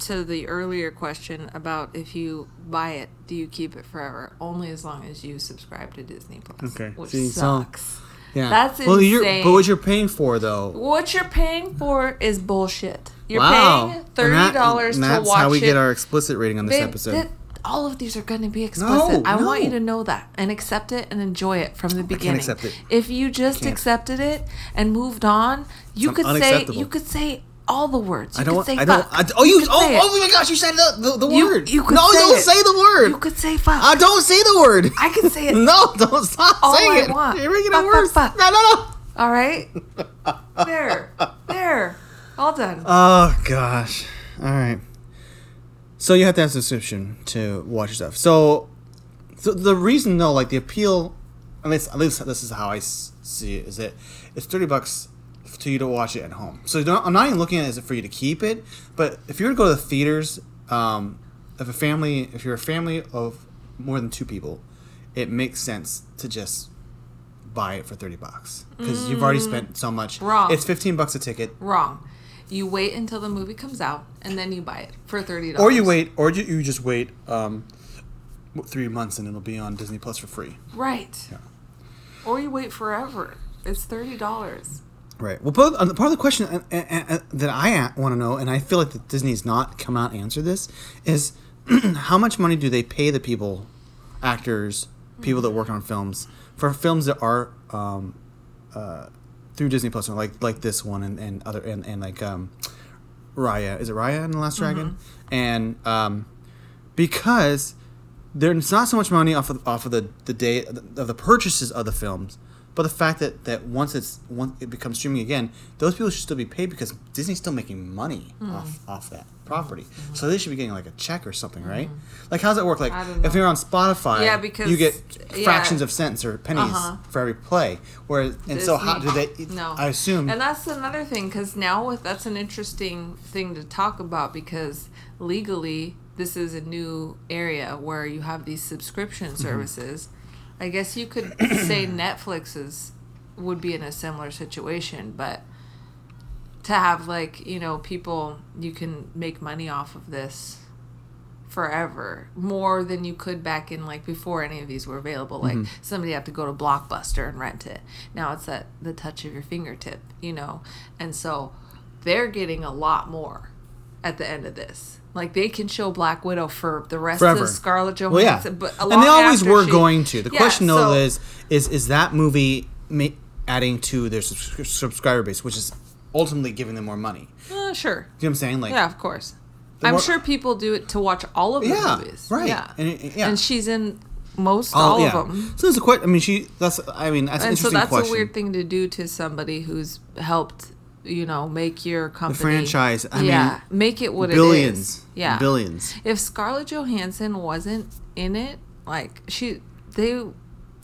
Speaker 2: to the earlier question about if you buy it, do you keep it forever? Only as long as you subscribe to Disney Plus,
Speaker 1: Okay,
Speaker 2: which
Speaker 1: see, so-
Speaker 2: sucks.
Speaker 1: Yeah,
Speaker 2: That's
Speaker 1: You're, but
Speaker 2: insane.
Speaker 1: what you're paying for though?
Speaker 2: What you're paying for is bullshit. You're
Speaker 1: wow,
Speaker 2: paying
Speaker 1: And that-
Speaker 2: thirty dollars to
Speaker 1: and
Speaker 2: watch
Speaker 1: That's how we
Speaker 2: it.
Speaker 1: get our explicit rating on this
Speaker 2: Babe,
Speaker 1: episode.
Speaker 2: that- all of these are going to be explicit. I want you
Speaker 1: no.
Speaker 2: to know that and accept it and enjoy it from the beginning.
Speaker 1: accept it.
Speaker 2: If you just
Speaker 1: Can't.
Speaker 2: accepted it and moved on, you
Speaker 1: un-
Speaker 2: could say
Speaker 1: unacceptable.
Speaker 2: you could say all the words. You
Speaker 1: I don't.
Speaker 2: could
Speaker 1: want-
Speaker 2: say
Speaker 1: I don't.
Speaker 2: fuck.
Speaker 1: I, d- oh, you.
Speaker 2: could
Speaker 1: oh,
Speaker 2: say it.
Speaker 1: oh my gosh! You said the the, the
Speaker 2: You-
Speaker 1: word.
Speaker 2: you could
Speaker 1: no,
Speaker 2: say
Speaker 1: don't
Speaker 2: it.
Speaker 1: say the word.
Speaker 2: You could say fuck.
Speaker 1: I don't say the word.
Speaker 2: I could say it.
Speaker 1: no, don't stop
Speaker 2: All
Speaker 1: saying
Speaker 2: I
Speaker 1: it.
Speaker 2: want.
Speaker 1: You're making
Speaker 2: Fuck,
Speaker 1: it
Speaker 2: fuck,
Speaker 1: worse.
Speaker 2: fuck.
Speaker 1: No, no, no.
Speaker 2: All right. there. There. All done.
Speaker 1: Oh gosh. All right. So you have to have subscription to watch stuff. So, so the reason though, like the appeal, at least at least this is how I s- see it, is that it's thirty bucks to you to watch it at home. So you don't, I'm not even looking at it as for you to keep it, but if you were to go to the theaters, um, if a family, if you're a family of more than two people, it makes sense to just buy it for thirty bucks because you've already spent so much.
Speaker 2: Wrong.
Speaker 1: It's fifteen bucks a ticket.
Speaker 2: Wrong. You wait until the movie comes out and then you buy it for thirty dollars.
Speaker 1: or you wait, or you, you just wait um, w- three months and it'll be on Disney Plus for free.
Speaker 2: Right. Or you wait forever. It's thirty dollars.
Speaker 1: Right. Well, part of the, part of the question uh, uh, uh, that I want to know, and I feel like that Disney's not come out and answer this, is how much money do they pay the people, actors, people that work on films for films that are um, uh, through Disney Plus, or like like this one and, and other and, and like um, Raya. Is it Raya and the Last Dragon?
Speaker 2: Mm-hmm.
Speaker 1: And um, because there's not so much money off of off of the the day of the purchases of the films, But the fact that, that once it's once it becomes streaming again, those people should still be paid because Disney's still making money
Speaker 2: Mm.
Speaker 1: off, off that property. So they should be getting like a check or something, right? Like how's that work? Like
Speaker 2: Mm-hmm. I don't
Speaker 1: if
Speaker 2: know.
Speaker 1: you're on Spotify,
Speaker 2: Yeah, because-
Speaker 1: you get
Speaker 2: yeah.
Speaker 1: fractions of cents or pennies
Speaker 2: Uh-huh.
Speaker 1: for every play. Whereas and so how do
Speaker 2: Disney-
Speaker 1: they?
Speaker 2: No,
Speaker 1: I assume
Speaker 2: And that's another thing, because now with that's an interesting thing to talk about because legally this is a new area where you have these subscription
Speaker 1: Mm-hmm.
Speaker 2: services. I guess you could say Netflix's would be in a similar situation, but to have like you know people you can make money off of this forever more than you could back in like before any of these were available like
Speaker 1: Mm-hmm.
Speaker 2: somebody had to go to blockbuster and rent it now it's at the touch of your fingertip you know and so they're getting a lot more at the end of this like they can show black widow for the rest
Speaker 1: forever.
Speaker 2: of scarlett johansson
Speaker 1: Well, yeah,
Speaker 2: but
Speaker 1: and they always
Speaker 2: after
Speaker 1: were
Speaker 2: she-
Speaker 1: going to. The
Speaker 2: Yeah,
Speaker 1: question though
Speaker 2: so-
Speaker 1: is, is is that movie ma- adding to their subs- subscriber base, which is ultimately giving them more money?
Speaker 2: Uh, sure
Speaker 1: You know what I'm saying? Like,
Speaker 2: Yeah, of course. I'm
Speaker 1: more-
Speaker 2: sure people do it to watch all of the
Speaker 1: Yeah,
Speaker 2: movies.
Speaker 1: right.
Speaker 2: Yeah.
Speaker 1: And it- yeah.
Speaker 2: And she's in most
Speaker 1: all-
Speaker 2: all,
Speaker 1: yeah.
Speaker 2: of them.
Speaker 1: So it's a quite. I mean, she. That's. I mean, that's an
Speaker 2: And so
Speaker 1: interesting
Speaker 2: that's
Speaker 1: question.
Speaker 2: a weird thing to do to somebody who's helped, you know, make your company
Speaker 1: franchise, I
Speaker 2: yeah, make it what it
Speaker 1: billions.
Speaker 2: is. Yeah,
Speaker 1: billions.
Speaker 2: If Scarlett Johansson wasn't in it, like she, they,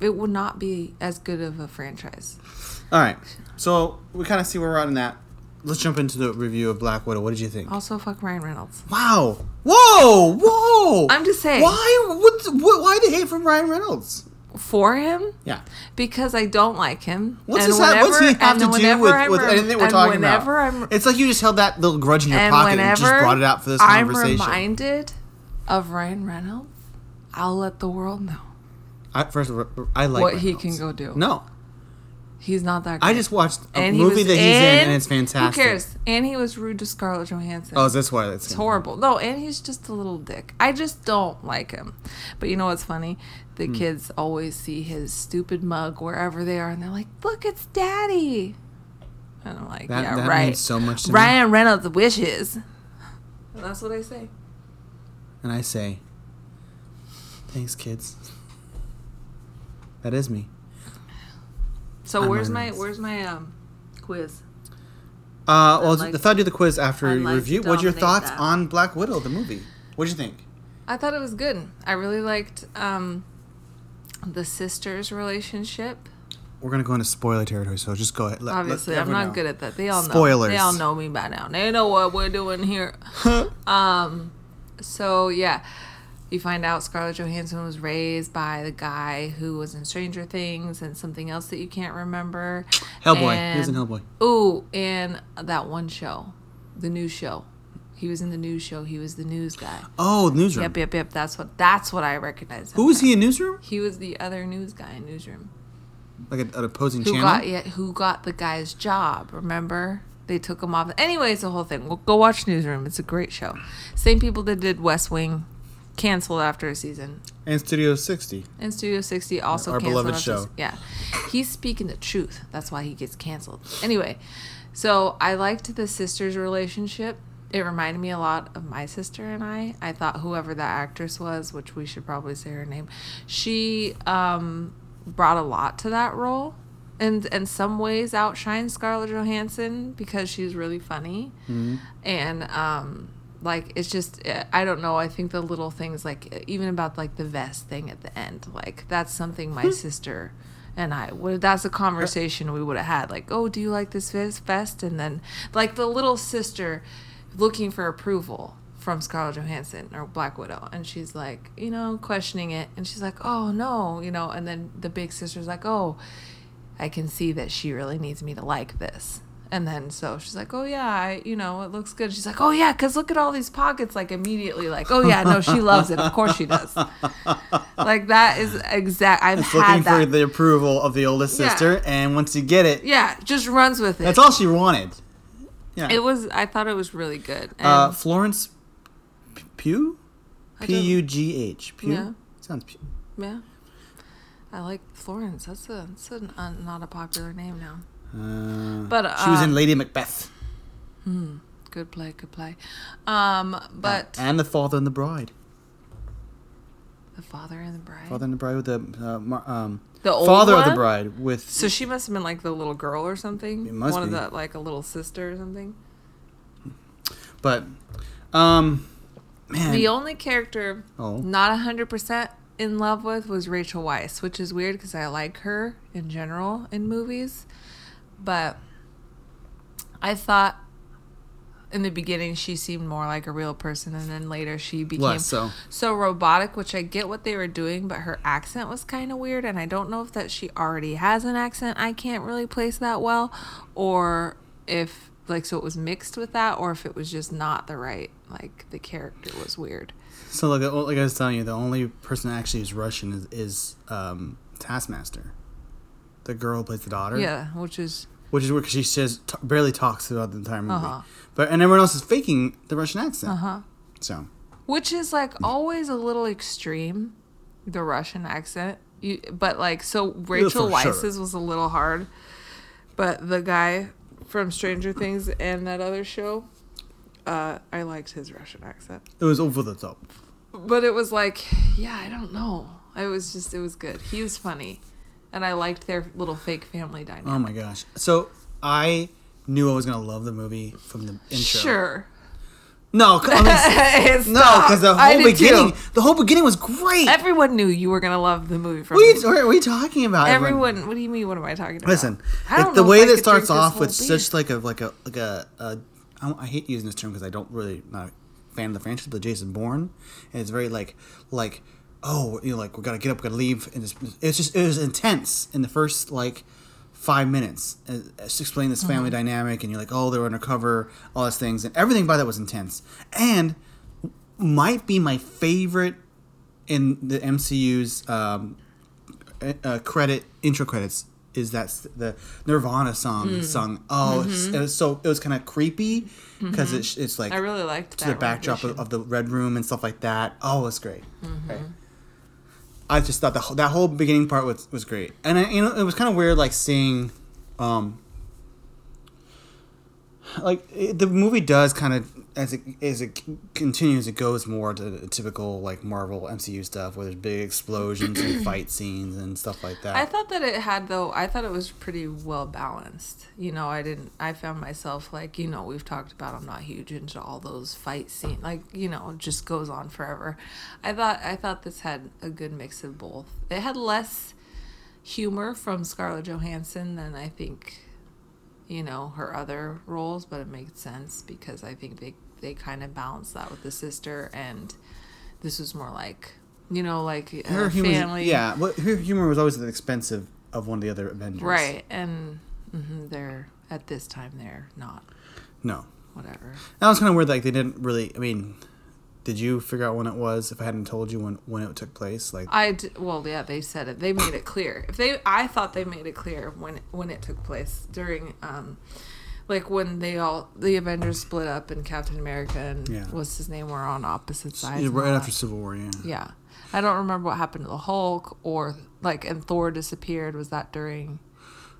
Speaker 2: it would not be as good of a franchise.
Speaker 1: All right. So we kind of see where we're at in that. Let's jump into the review of Black Widow. What did you think?
Speaker 2: Also, fuck Ryan Reynolds.
Speaker 1: Wow. Whoa. Whoa.
Speaker 2: I'm just saying.
Speaker 1: Why? What, what? Why the hate from Ryan Reynolds?
Speaker 2: For him,
Speaker 1: Yeah.
Speaker 2: because I don't like him.
Speaker 1: What's,
Speaker 2: and
Speaker 1: this ha- what's he
Speaker 2: whenever-
Speaker 1: have
Speaker 2: and
Speaker 1: to do
Speaker 2: whenever
Speaker 1: with,
Speaker 2: I'm
Speaker 1: with
Speaker 2: rem-
Speaker 1: anything we're
Speaker 2: and
Speaker 1: talking
Speaker 2: whenever
Speaker 1: about?
Speaker 2: I'm,
Speaker 1: it's like you just held that little grudge in your
Speaker 2: and
Speaker 1: pocket
Speaker 2: whenever
Speaker 1: and just brought it out for this
Speaker 2: I'm
Speaker 1: conversation.
Speaker 2: reminded of Ryan Reynolds. I'll let the world know
Speaker 1: I, first, of all, I like
Speaker 2: what
Speaker 1: Ryan
Speaker 2: he
Speaker 1: Reynolds.
Speaker 2: can go do.
Speaker 1: No,
Speaker 2: he's not that. Great.
Speaker 1: I just watched a
Speaker 2: And he
Speaker 1: movie
Speaker 2: was
Speaker 1: that he's in, and it's fantastic.
Speaker 2: Who cares? And he was rude to Scarlett Johansson.
Speaker 1: Oh, is this why that's
Speaker 2: It's horrible. No, and he's just a little dick. I just don't like him. But you know what's funny? The
Speaker 1: Hmm.
Speaker 2: kids always see his stupid mug wherever they are, and they're like, "Look, it's Daddy." And I'm like,
Speaker 1: That,
Speaker 2: "Yeah,
Speaker 1: that
Speaker 2: right."
Speaker 1: means so much to me.
Speaker 2: Ryan Reynolds wishes. And that's what I say.
Speaker 1: And I say, thanks, kids. That is me.
Speaker 2: So
Speaker 1: I'm
Speaker 2: where's
Speaker 1: Ryan
Speaker 2: my
Speaker 1: Reynolds.
Speaker 2: where's my um quiz?
Speaker 1: Uh, well,
Speaker 2: like-
Speaker 1: I thought I'd do the quiz after
Speaker 2: I'd
Speaker 1: you
Speaker 2: like to
Speaker 1: review. What's your
Speaker 2: dominate
Speaker 1: thoughts
Speaker 2: that.
Speaker 1: on Black Widow, the movie? What'd you think?
Speaker 2: I thought it was good. I really liked um the sisters relationship.
Speaker 1: We're gonna go into spoiler territory, so just go ahead. Let- let
Speaker 2: Obviously, I'm
Speaker 1: everyone
Speaker 2: not
Speaker 1: know.
Speaker 2: good at that. They all know. They
Speaker 1: Spoilers.
Speaker 2: all know me by now. They know what we're doing here. um, so yeah, you find out Scarlett Johansson was raised by the guy who was in Stranger Things and something else that you can't remember.
Speaker 1: Hellboy. He was in
Speaker 2: And-
Speaker 1: Hellboy.
Speaker 2: Ooh, and that one show, the news show. He was in the news show. He was the news guy.
Speaker 1: Oh, Newsroom.
Speaker 2: Yep, yep, yep. That's what. That's what I recognize. Him.
Speaker 1: Who was he in Newsroom?
Speaker 2: He was the other news guy in Newsroom.
Speaker 1: Like an, an opposing
Speaker 2: who
Speaker 1: channel.
Speaker 2: got yet who got the guy's job remember they took him off anyways the whole thing well, go watch newsroom it's a great show same people that did west wing canceled after a season
Speaker 1: And Studio 60.
Speaker 2: and studio 60 also
Speaker 1: Our
Speaker 2: canceled
Speaker 1: beloved
Speaker 2: after a se-
Speaker 1: show.
Speaker 2: yeah he's speaking the truth that's why he gets canceled anyway so i liked the sisters relationship it reminded me a lot of my sister and i i thought whoever that actress was which we should probably say her name she um brought a lot to that role and in some ways outshines Scarlett Johansson because she's really funny
Speaker 1: Mm-hmm.
Speaker 2: and um like it's just eh, I don't know I think the little things like even about like the vest thing at the end like that's something my sister and I would that's a conversation we would have had like oh do you like this vis- vest and then like the little sister looking for approval from Scarlett Johansson or Black Widow, and she's like, you know, questioning it, and she's like, oh no, you know, and then the big sister's like, oh, I can see that she really needs me to like this, and then so she's like, oh yeah, I, you know, it looks good. She's like, oh yeah, cause look at all these pockets, like immediately, like, oh yeah, no, she loves it, of course she does, like that is exact. I've
Speaker 1: Looking
Speaker 2: had
Speaker 1: for
Speaker 2: that.
Speaker 1: the approval of the oldest
Speaker 2: Yeah.
Speaker 1: sister, and once you get it,
Speaker 2: yeah, just runs with it.
Speaker 1: that's all she wanted. Yeah.
Speaker 2: It was. I thought it was really good. And
Speaker 1: uh, Florence P- Pugh? P
Speaker 2: don't-
Speaker 1: U G H. Pugh?
Speaker 2: Yeah.
Speaker 1: Sounds Pugh.
Speaker 2: Yeah. I like Florence. That's a that's an, uh, not a popular name now.
Speaker 1: Uh,
Speaker 2: But uh,
Speaker 1: she was in Lady Macbeth
Speaker 2: good play, good play. Um, but
Speaker 1: and The Father and the Bride.
Speaker 2: the father and the bride.
Speaker 1: Father and the Bride with the uh, Mar- um,
Speaker 2: The old
Speaker 1: father of the
Speaker 2: one?
Speaker 1: bride with
Speaker 2: So she must have been like the little girl or something.
Speaker 1: It must
Speaker 2: One
Speaker 1: be.
Speaker 2: of the like a little sister or something.
Speaker 1: but um man
Speaker 2: The only character
Speaker 1: Oh.
Speaker 2: not hundred percent in love with was Rachel Weisz, which is weird because I like her in general in movies, but I thought in the beginning she seemed more like a real person, and then later she became
Speaker 1: less so
Speaker 2: so robotic, which I get what they were doing, but her accent was kind of weird, and I don't know if that she already has an accent I can't really place that well, or if like so it was mixed with that, or if it was just not the right like the character was weird.
Speaker 1: so like, the- like I was telling you the only person that actually is Russian is, is um Taskmaster the girl who plays the daughter
Speaker 2: Yeah, which is
Speaker 1: which is weird because she says t- barely talks throughout the entire movie
Speaker 2: Uh-huh.
Speaker 1: but and everyone else is faking the Russian accent
Speaker 2: Uh-huh.
Speaker 1: so
Speaker 2: which is like always a little extreme, the Russian accent. You, but like so Rachel
Speaker 1: for sure.
Speaker 2: Weiss's was a little hard, but the guy from Stranger Things and that other show, uh, I liked his Russian accent.
Speaker 1: it was over the top
Speaker 2: But it was like, yeah, I don't know. I was just, it was good. He was funny, and I liked their little fake family dynamic.
Speaker 1: oh my gosh so I knew I was gonna love the movie from the intro
Speaker 2: sure.
Speaker 1: no c- I mean,
Speaker 2: It's
Speaker 1: no because the
Speaker 2: not- I
Speaker 1: whole
Speaker 2: did too.
Speaker 1: beginning the whole beginning was great
Speaker 2: Everyone knew you were gonna love the movie from
Speaker 1: What are,
Speaker 2: the
Speaker 1: you, what are you talking about?
Speaker 2: Everyone, what do you mean? What am I talking about?
Speaker 1: listen.
Speaker 2: I don't
Speaker 1: It's the
Speaker 2: know
Speaker 1: way
Speaker 2: if I
Speaker 1: that
Speaker 2: could drink
Speaker 1: starts
Speaker 2: this
Speaker 1: off
Speaker 2: whole
Speaker 1: with
Speaker 2: beer.
Speaker 1: such like a like a like a, a I, don't, I hate using this term because I don't really not a fan of the franchise, but Jason Bourne, and it's very like like oh you know like we gotta get up, we gotta leave, and it's, it's just it was intense in the first like five minutes uh, to explain this
Speaker 2: Mm-hmm.
Speaker 1: family dynamic, and you're like oh they're undercover, all those things, and everything about that was intense, and might be my favorite in the MCU's um, uh, credit intro credits is that s- the Nirvana song
Speaker 2: Hmm.
Speaker 1: sung. Oh, it's, it was so it was kind of creepy because it's it's like
Speaker 2: Mm-hmm. I really liked that.
Speaker 1: to the backdrop of,
Speaker 2: rendition.
Speaker 1: of the red room and stuff like that. Oh, it's great. Right. I just thought the whole, that whole beginning part was was great, and I, you know it was kind of weird like seeing, um, like it, the movie does kind of as it as it c- continues, it goes more to the typical like Marvel MCU stuff where there's big explosions and fight scenes and stuff like that.
Speaker 2: I thought that it had though. I thought it was pretty well balanced. You know, I didn't. I found myself like you know we've talked about. I'm not huge into all those fight scenes. Like you know, it just goes on forever. I thought I thought this had a good mix of both. It had less humor from Scarlett Johansson than I think you know her other roles, but it made sense because I think they they kind of balanced that with the sister, and this was more like you know like a
Speaker 1: her humor,
Speaker 2: family.
Speaker 1: yeah, well, her humor was always at the expense of, of one of the other Avengers,
Speaker 2: Right, and mhm, they're at this time they're not
Speaker 1: No,
Speaker 2: whatever.
Speaker 1: That was kind of weird. Like they didn't really. I mean, did you figure out when it was? If I hadn't told you when when it took place, like
Speaker 2: I d- well yeah they said it they made it clear if they I thought they made it clear when when it took place during um like when they all the Avengers split up and Captain America and
Speaker 1: Yeah.
Speaker 2: what's his name were on opposite sides
Speaker 1: yeah,
Speaker 2: and
Speaker 1: right
Speaker 2: all
Speaker 1: after
Speaker 2: that.
Speaker 1: Civil War, yeah.
Speaker 2: yeah I don't remember what happened to the Hulk or like and Thor disappeared was that during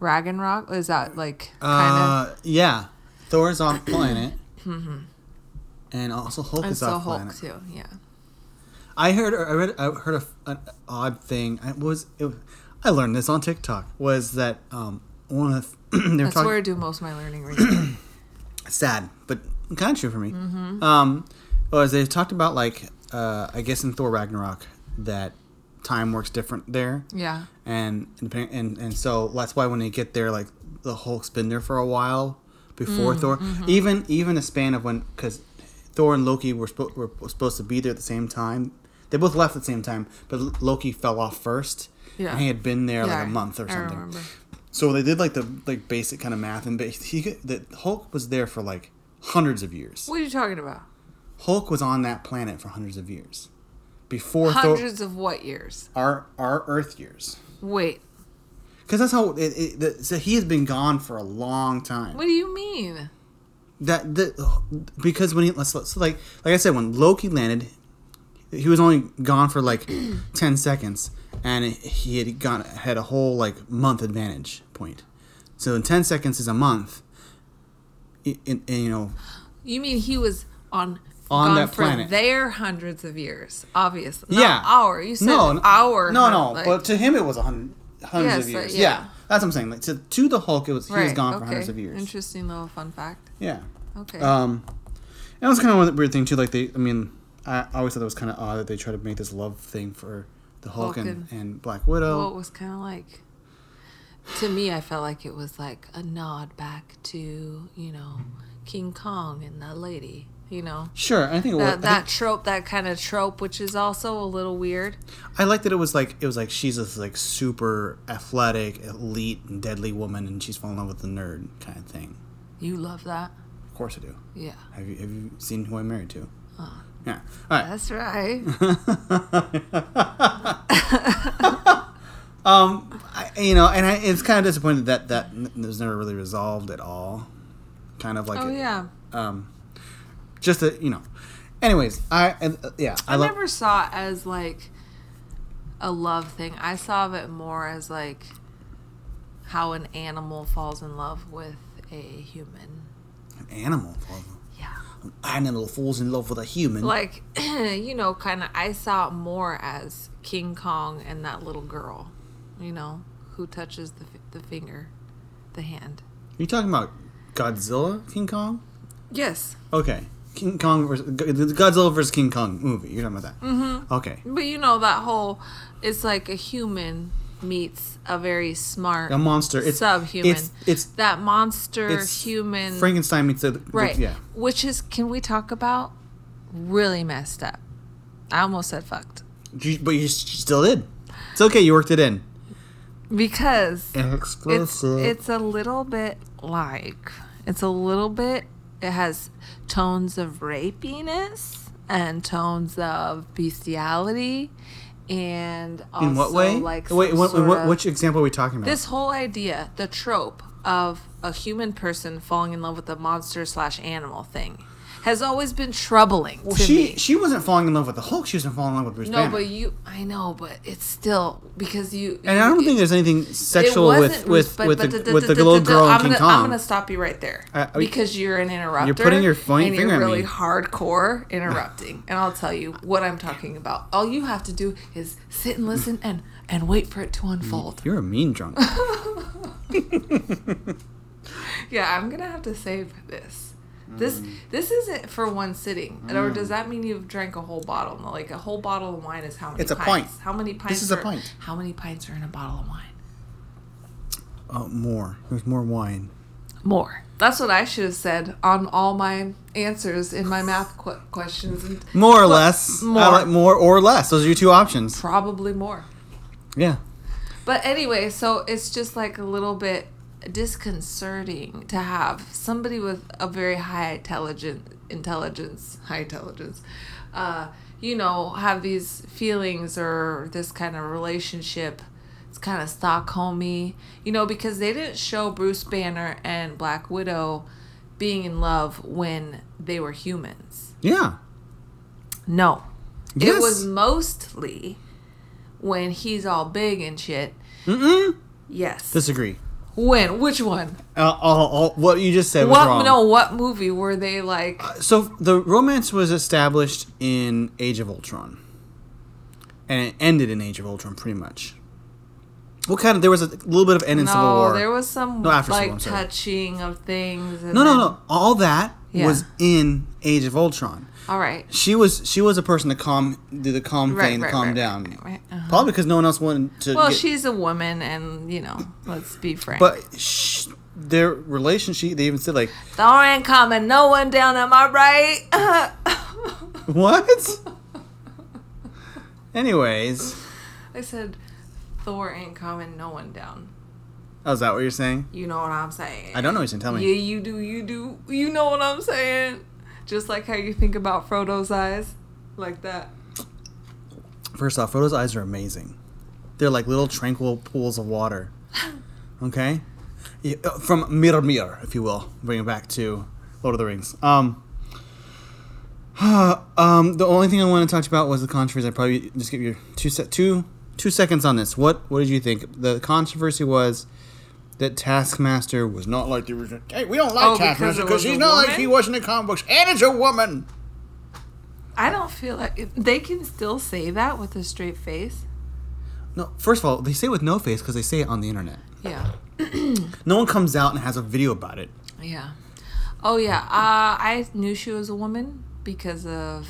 Speaker 2: Ragnarok is that like kind of Mm-hmm.
Speaker 1: Uh, yeah. Thor's off planet, and also Hulk
Speaker 2: and
Speaker 1: is
Speaker 2: so
Speaker 1: off
Speaker 2: Hulk
Speaker 1: planet.
Speaker 2: too yeah
Speaker 1: I heard. I read. I heard a f an odd thing. I was. It, was- I learned this on TikTok. Was that um one of the, they were
Speaker 2: that's
Speaker 1: talking
Speaker 2: where I do most of my learning research
Speaker 1: sad, but kind of true for me.
Speaker 2: Mm-hmm.
Speaker 1: Um, was they talked about like uh, I guess in Thor Ragnarok that time works different there.
Speaker 2: yeah.
Speaker 1: and and pa- and, and so that's why when they get there, like the Hulk's been there for a while before
Speaker 2: Mm,
Speaker 1: Thor.
Speaker 2: mm-hmm.
Speaker 1: Even even a span of when because Thor and Loki were spo- were supposed to be there at the same time. They both left at the same time, but L- Loki fell off first.
Speaker 2: Yeah.
Speaker 1: and he had been there like
Speaker 2: Yeah,
Speaker 1: a month or
Speaker 2: I
Speaker 1: something.
Speaker 2: remember.
Speaker 1: So they did like the like basic kind of math, and bas- he could- the Hulk was there for like hundreds of years.
Speaker 2: What are you talking about?
Speaker 1: Hulk was on that planet for hundreds of years before Thor,
Speaker 2: Hundreds of what years?
Speaker 1: our our Earth years.
Speaker 2: Wait,
Speaker 1: Because that's how it, it, the, so he has been gone for a long time.
Speaker 2: what do you mean?
Speaker 1: That the because when he let's, let's- so like like I said when Loki landed, he was only gone for like ten seconds, and he had gone had a whole like month advantage point. So in ten seconds is a month. I- in- in, you know,
Speaker 2: You mean he was on
Speaker 1: On
Speaker 2: gone
Speaker 1: that
Speaker 2: for
Speaker 1: planet.
Speaker 2: their hundreds of years? Obviously, not
Speaker 1: yeah,
Speaker 2: Our, you said
Speaker 1: no, no,
Speaker 2: our.
Speaker 1: No, no,
Speaker 2: like-
Speaker 1: but to him it was a hundred. hundreds
Speaker 2: Yes,
Speaker 1: of
Speaker 2: uh,
Speaker 1: years.
Speaker 2: yeah.
Speaker 1: yeah. that's what I'm saying. Like to, to the Hulk, it was he was gone for hundreds of years.
Speaker 2: Interesting little fun fact.
Speaker 1: Yeah.
Speaker 2: Okay.
Speaker 1: Um, and it was kind of one weird thing too. Like they, I mean, I always thought that was kind of odd that they tried to make this love thing for the Hulk and,
Speaker 2: Hulk
Speaker 1: and Black Widow.
Speaker 2: well, it was kind of like. To me, I felt like it was like a nod back to you know King Kong and that lady. You know
Speaker 1: sure, I think it was.
Speaker 2: that that trope, that kind of trope, which is also a little weird.
Speaker 1: I like that it was like it was like she's this like super athletic, elite, and deadly woman, and she's falling in love with the nerd kind of thing.
Speaker 2: You love that,
Speaker 1: Of course, I do.
Speaker 2: yeah.
Speaker 1: Have you have you seen who I'm married to?
Speaker 2: Uh,
Speaker 1: yeah. All right.
Speaker 2: That's right.
Speaker 1: Um, I, you know, and I, it's kind of disappointed that that n- was never really resolved at all. Kind of like,
Speaker 2: oh
Speaker 1: it-
Speaker 2: yeah.
Speaker 1: um, just that you know. Anyways, I and, uh, yeah, I,
Speaker 2: I
Speaker 1: love.
Speaker 2: never saw it as like a love thing. I saw it more as like how an animal falls in love with a human.
Speaker 1: An animal. falls in-
Speaker 2: Yeah.
Speaker 1: An animal falls in love with a human.
Speaker 2: Like, you know, kind of, I saw it more as King Kong and that little girl, you know, who touches the, fi- the finger, the hand.
Speaker 1: Are you talking about Godzilla, King Kong?
Speaker 2: Yes.
Speaker 1: Okay, King Kong versus the Godzilla versus King Kong movie. You're talking about that. Mm-hmm. Okay,
Speaker 2: But you know, that whole, it's like a human meets a very smart
Speaker 1: a monster. It's
Speaker 2: subhuman.
Speaker 1: It's it's
Speaker 2: that monster
Speaker 1: it's
Speaker 2: human.
Speaker 1: Frankenstein meets the, the-
Speaker 2: Right.
Speaker 1: Yeah.
Speaker 2: Which is, can we talk about really messed up? I almost said fucked.
Speaker 1: You- but you, s- you still did. It's okay. You worked it in.
Speaker 2: Because it's,
Speaker 1: Explosive.
Speaker 2: it's a little bit like, it's a little bit, it has tones of rapiness and tones of bestiality and also
Speaker 1: in what way?
Speaker 2: like some
Speaker 1: Wait, what,
Speaker 2: sort
Speaker 1: what,
Speaker 2: of-
Speaker 1: which example are we talking about?
Speaker 2: this whole idea, the trope of a human person falling in love with a monster slash animal thing has always been troubling
Speaker 1: well,
Speaker 2: to
Speaker 1: she
Speaker 2: me.
Speaker 1: she wasn't falling in love with the Hulk. She wasn't falling in love with Bruce
Speaker 2: No,
Speaker 1: Banner.
Speaker 2: but you, I know, but it's still because you.
Speaker 1: and I don't think there's anything sexual with with with the, with the little girl
Speaker 2: I'm
Speaker 1: in King
Speaker 2: gonna, I'm
Speaker 1: Kong.
Speaker 2: gonna stop you right there
Speaker 1: Uh, are you-
Speaker 2: because you're an interrupter.
Speaker 1: your fine
Speaker 2: and
Speaker 1: finger
Speaker 2: you're
Speaker 1: at
Speaker 2: really
Speaker 1: me.
Speaker 2: hardcore interrupting, and I'll tell you what I'm talking about. All you have to do is sit and listen and and wait for it to unfold.
Speaker 1: You're a mean drunk.
Speaker 2: Yeah, I'm gonna have to save this. This
Speaker 1: Mm.
Speaker 2: this isn't for one sitting, or does that mean you've drank a whole bottle? No, like a whole bottle of wine is how many?
Speaker 1: It's a
Speaker 2: pints?
Speaker 1: pint.
Speaker 2: How many pints?
Speaker 1: is a
Speaker 2: are-
Speaker 1: pint.
Speaker 2: How many pints are in a bottle of wine?
Speaker 1: oh, more. There's more wine.
Speaker 2: More. That's what I should have said on all my answers in my math qu- questions, and
Speaker 1: More or less. I
Speaker 2: more.
Speaker 1: like more or less. Those are your two options.
Speaker 2: probably more.
Speaker 1: Yeah.
Speaker 2: But anyway, so it's just like a little bit disconcerting to have somebody with a very high intelligent intelligence, high intelligence, uh, you know, have these feelings or this kind of relationship. It's kind of Stockholmy, you know, because they didn't show Bruce Banner and Black Widow being in love when they were humans.
Speaker 1: Yeah.
Speaker 2: No. It
Speaker 1: Yes.
Speaker 2: was mostly when he's all big and shit.
Speaker 1: Mm-mm.
Speaker 2: Yes.
Speaker 1: Disagree.
Speaker 2: When? Which one?
Speaker 1: Uh, all, all, what you just said was
Speaker 2: What?
Speaker 1: wrong. Uh,
Speaker 2: No. What movie were they like?
Speaker 1: So the romance was established in Age of Ultron, and it ended in Age of Ultron, pretty much. What kind of? There was a little bit of end in
Speaker 2: no,
Speaker 1: Civil War.
Speaker 2: there was some
Speaker 1: No, after Civil War,
Speaker 2: like
Speaker 1: I'm sorry.
Speaker 2: touching of things. And
Speaker 1: no, no,
Speaker 2: then-
Speaker 1: no. All that
Speaker 2: Yeah.
Speaker 1: was in Age of Ultron.
Speaker 2: All right.
Speaker 1: She was she was a person to calm do the calm
Speaker 2: Right,
Speaker 1: thing, to
Speaker 2: right,
Speaker 1: calm
Speaker 2: right,
Speaker 1: down.
Speaker 2: right, right, uh-huh.
Speaker 1: Probably because no one else wanted to.
Speaker 2: Well,
Speaker 1: get-
Speaker 2: she's a woman, and you know, let's be frank.
Speaker 1: But sh- their relationship, they even said like,
Speaker 2: Thor ain't coming. No one down. Am I right?
Speaker 1: what? Anyways,
Speaker 2: I said, Thor ain't coming. No one down.
Speaker 1: oh, is that what you're saying?
Speaker 2: You know what I'm saying?
Speaker 1: I don't know what you're saying. Tell me.
Speaker 2: Yeah, you do. You do. You know what I'm saying? Just like how you think about Frodo's eyes, like that.
Speaker 1: First off, Frodo's eyes are amazing. They're like little tranquil pools of water. Okay? Yeah, uh, From Miramir, if you will. Bring it back to Lord of the Rings. Um, um, the only thing I want to talk about was the controversy. I probably just give you two, se- two, two seconds on this. What, what did you think? The controversy was that Taskmaster was not like the original. Hey, we don't like
Speaker 2: Oh, because
Speaker 1: Taskmaster
Speaker 2: it
Speaker 1: because
Speaker 2: was a
Speaker 1: she's not like
Speaker 2: woman?
Speaker 1: he was in the comic books, and it's a woman.
Speaker 2: I don't feel like they can still say that with a straight face.
Speaker 1: No, first of all, they say with no face because they say it on the internet.
Speaker 2: Yeah.
Speaker 1: No one comes out and has a video about it.
Speaker 2: Yeah. Oh yeah. Uh, I knew she was a woman because of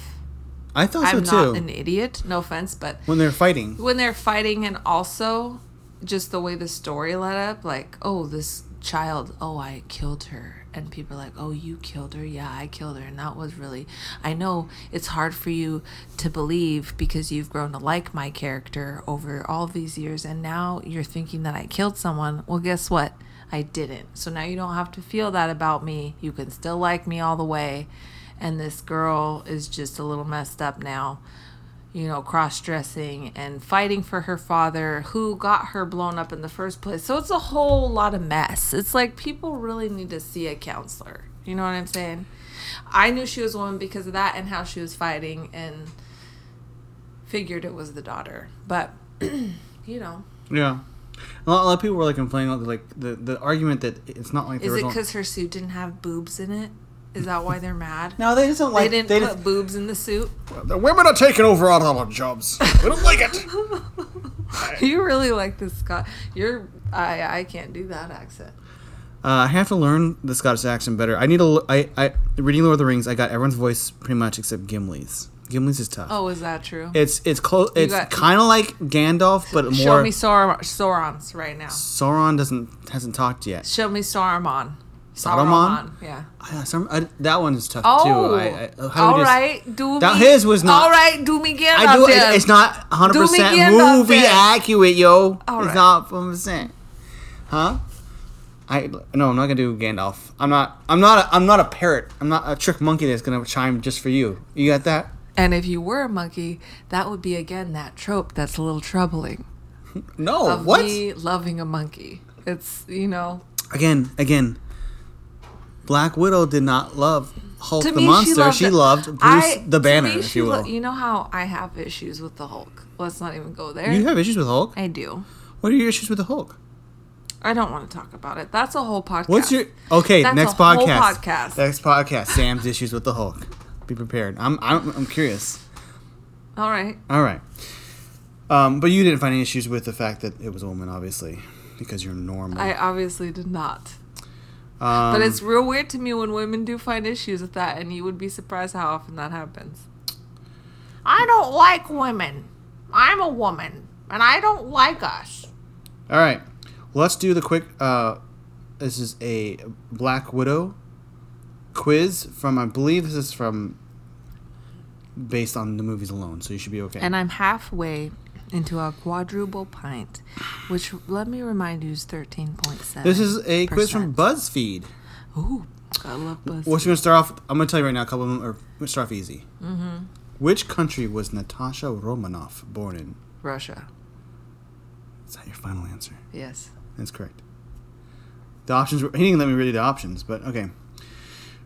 Speaker 1: I thought
Speaker 2: I'm
Speaker 1: so
Speaker 2: not
Speaker 1: too.
Speaker 2: an idiot. No offense, but
Speaker 1: when they're fighting,
Speaker 2: when they're fighting and also just the way the story led up, like oh this child, oh I killed her, and people are like oh you killed her, yeah I killed her, and that was really I know it's hard for you to believe because you've grown to like my character over all these years, and now you're thinking that I killed someone. Well, guess what? I didn't. So now you don't have to feel that about me. You can still like me all the way. And this girl is just a little messed up now, you know, cross dressing and fighting for her father who got her blown up in the first place. So it's a whole lot of mess. It's like people really need to see a counselor. You know what I'm saying? I knew she was a woman because of that and how she was fighting and figured it was the daughter. But, you know,
Speaker 1: yeah. A lot, a lot of people were like complaining, like, like the the argument that it's not like the
Speaker 2: is it
Speaker 1: original.
Speaker 2: because her suit didn't have boobs in it? Is that why they're mad?
Speaker 1: no, they just don't
Speaker 2: They
Speaker 1: like.
Speaker 2: didn't put boobs in the suit.
Speaker 1: the women are taking over all our jobs. We don't like it.
Speaker 2: You really like this Scott. You're I I can't do that accent.
Speaker 1: Uh, I have to learn the Scottish accent better. I need to. l- I, I reading Lord of the Rings. I got everyone's voice pretty much except Gimli's. Gimli's is tough.
Speaker 2: Oh, is that true?
Speaker 1: It's it's close. It's
Speaker 2: got-
Speaker 1: kind of like Gandalf, but
Speaker 2: Show
Speaker 1: more.
Speaker 2: me Sauron, Sauron's right now.
Speaker 1: Sauron doesn't hasn't talked yet.
Speaker 2: Show me Sauron.
Speaker 1: Saruman?
Speaker 2: Yeah.
Speaker 1: I, Ah, some, I, that one is tough
Speaker 2: Oh.
Speaker 1: too. I, I, how do
Speaker 2: all
Speaker 1: you just-
Speaker 2: right. Do
Speaker 1: That-
Speaker 2: me.
Speaker 1: his was not-
Speaker 2: All right. Do me Gandalf.
Speaker 1: I do.
Speaker 2: then.
Speaker 1: It, it's not 100
Speaker 2: Do me
Speaker 1: percent
Speaker 2: Gandalf
Speaker 1: movie
Speaker 2: then.
Speaker 1: accurate, yo.
Speaker 2: All
Speaker 1: it's
Speaker 2: right.
Speaker 1: not 100 percent. Huh? I no. I'm not gonna do Gandalf. I'm not. I'm not. A, I'm not a parrot. I'm not a trick monkey that's gonna chime just for you. You got that?
Speaker 2: And if you were a monkey, that would be again that trope that's a little troubling
Speaker 1: No.
Speaker 2: of
Speaker 1: what?
Speaker 2: me loving a monkey. It's you know
Speaker 1: Again. Again. Black Widow did not love Hulk
Speaker 2: to
Speaker 1: the
Speaker 2: me, she
Speaker 1: monster.
Speaker 2: loved,
Speaker 1: She
Speaker 2: it.
Speaker 1: loved, Bruce
Speaker 2: I- to
Speaker 1: the Banner,
Speaker 2: me,
Speaker 1: if
Speaker 2: she
Speaker 1: you
Speaker 2: lo-
Speaker 1: will.
Speaker 2: you know how I have issues with the Hulk. Let's not even go there.
Speaker 1: you have issues with Hulk.
Speaker 2: I do.
Speaker 1: What are your issues with the Hulk?
Speaker 2: I don't want to talk about it. That's a whole podcast.
Speaker 1: What's your okay?
Speaker 2: That's
Speaker 1: next
Speaker 2: a whole
Speaker 1: podcast.
Speaker 2: podcast.
Speaker 1: Next podcast. Sam's issues with the Hulk. Be prepared. I'm I'm, I'm curious.
Speaker 2: All right.
Speaker 1: All right. Um, but you didn't find any issues with the fact that it was a woman, obviously, because you're normal.
Speaker 2: I obviously did not.
Speaker 1: um,
Speaker 2: But it's real weird to me when women do find issues with that, and you would be surprised how often that happens. I don't like women. I'm a woman, and I don't like us.
Speaker 1: all right. Let's do the quick. Uh, this is a Black Widow quiz from I believe this is from based on the movies alone, so you should be okay.
Speaker 2: And I'm halfway into a quadruple pint, which let me remind you is thirteen point seven.
Speaker 1: this is a quiz from BuzzFeed.
Speaker 2: Ooh, I love buzz.
Speaker 1: Well, we're gonna start off. I'm gonna tell you right now. A couple of them are gonna start off easy. Mm-hmm. Which country was Natasha Romanoff born in?
Speaker 2: Russia.
Speaker 1: Is that your final answer?
Speaker 2: Yes.
Speaker 1: That's correct. The options. Were, he didn't let me read the options, but okay.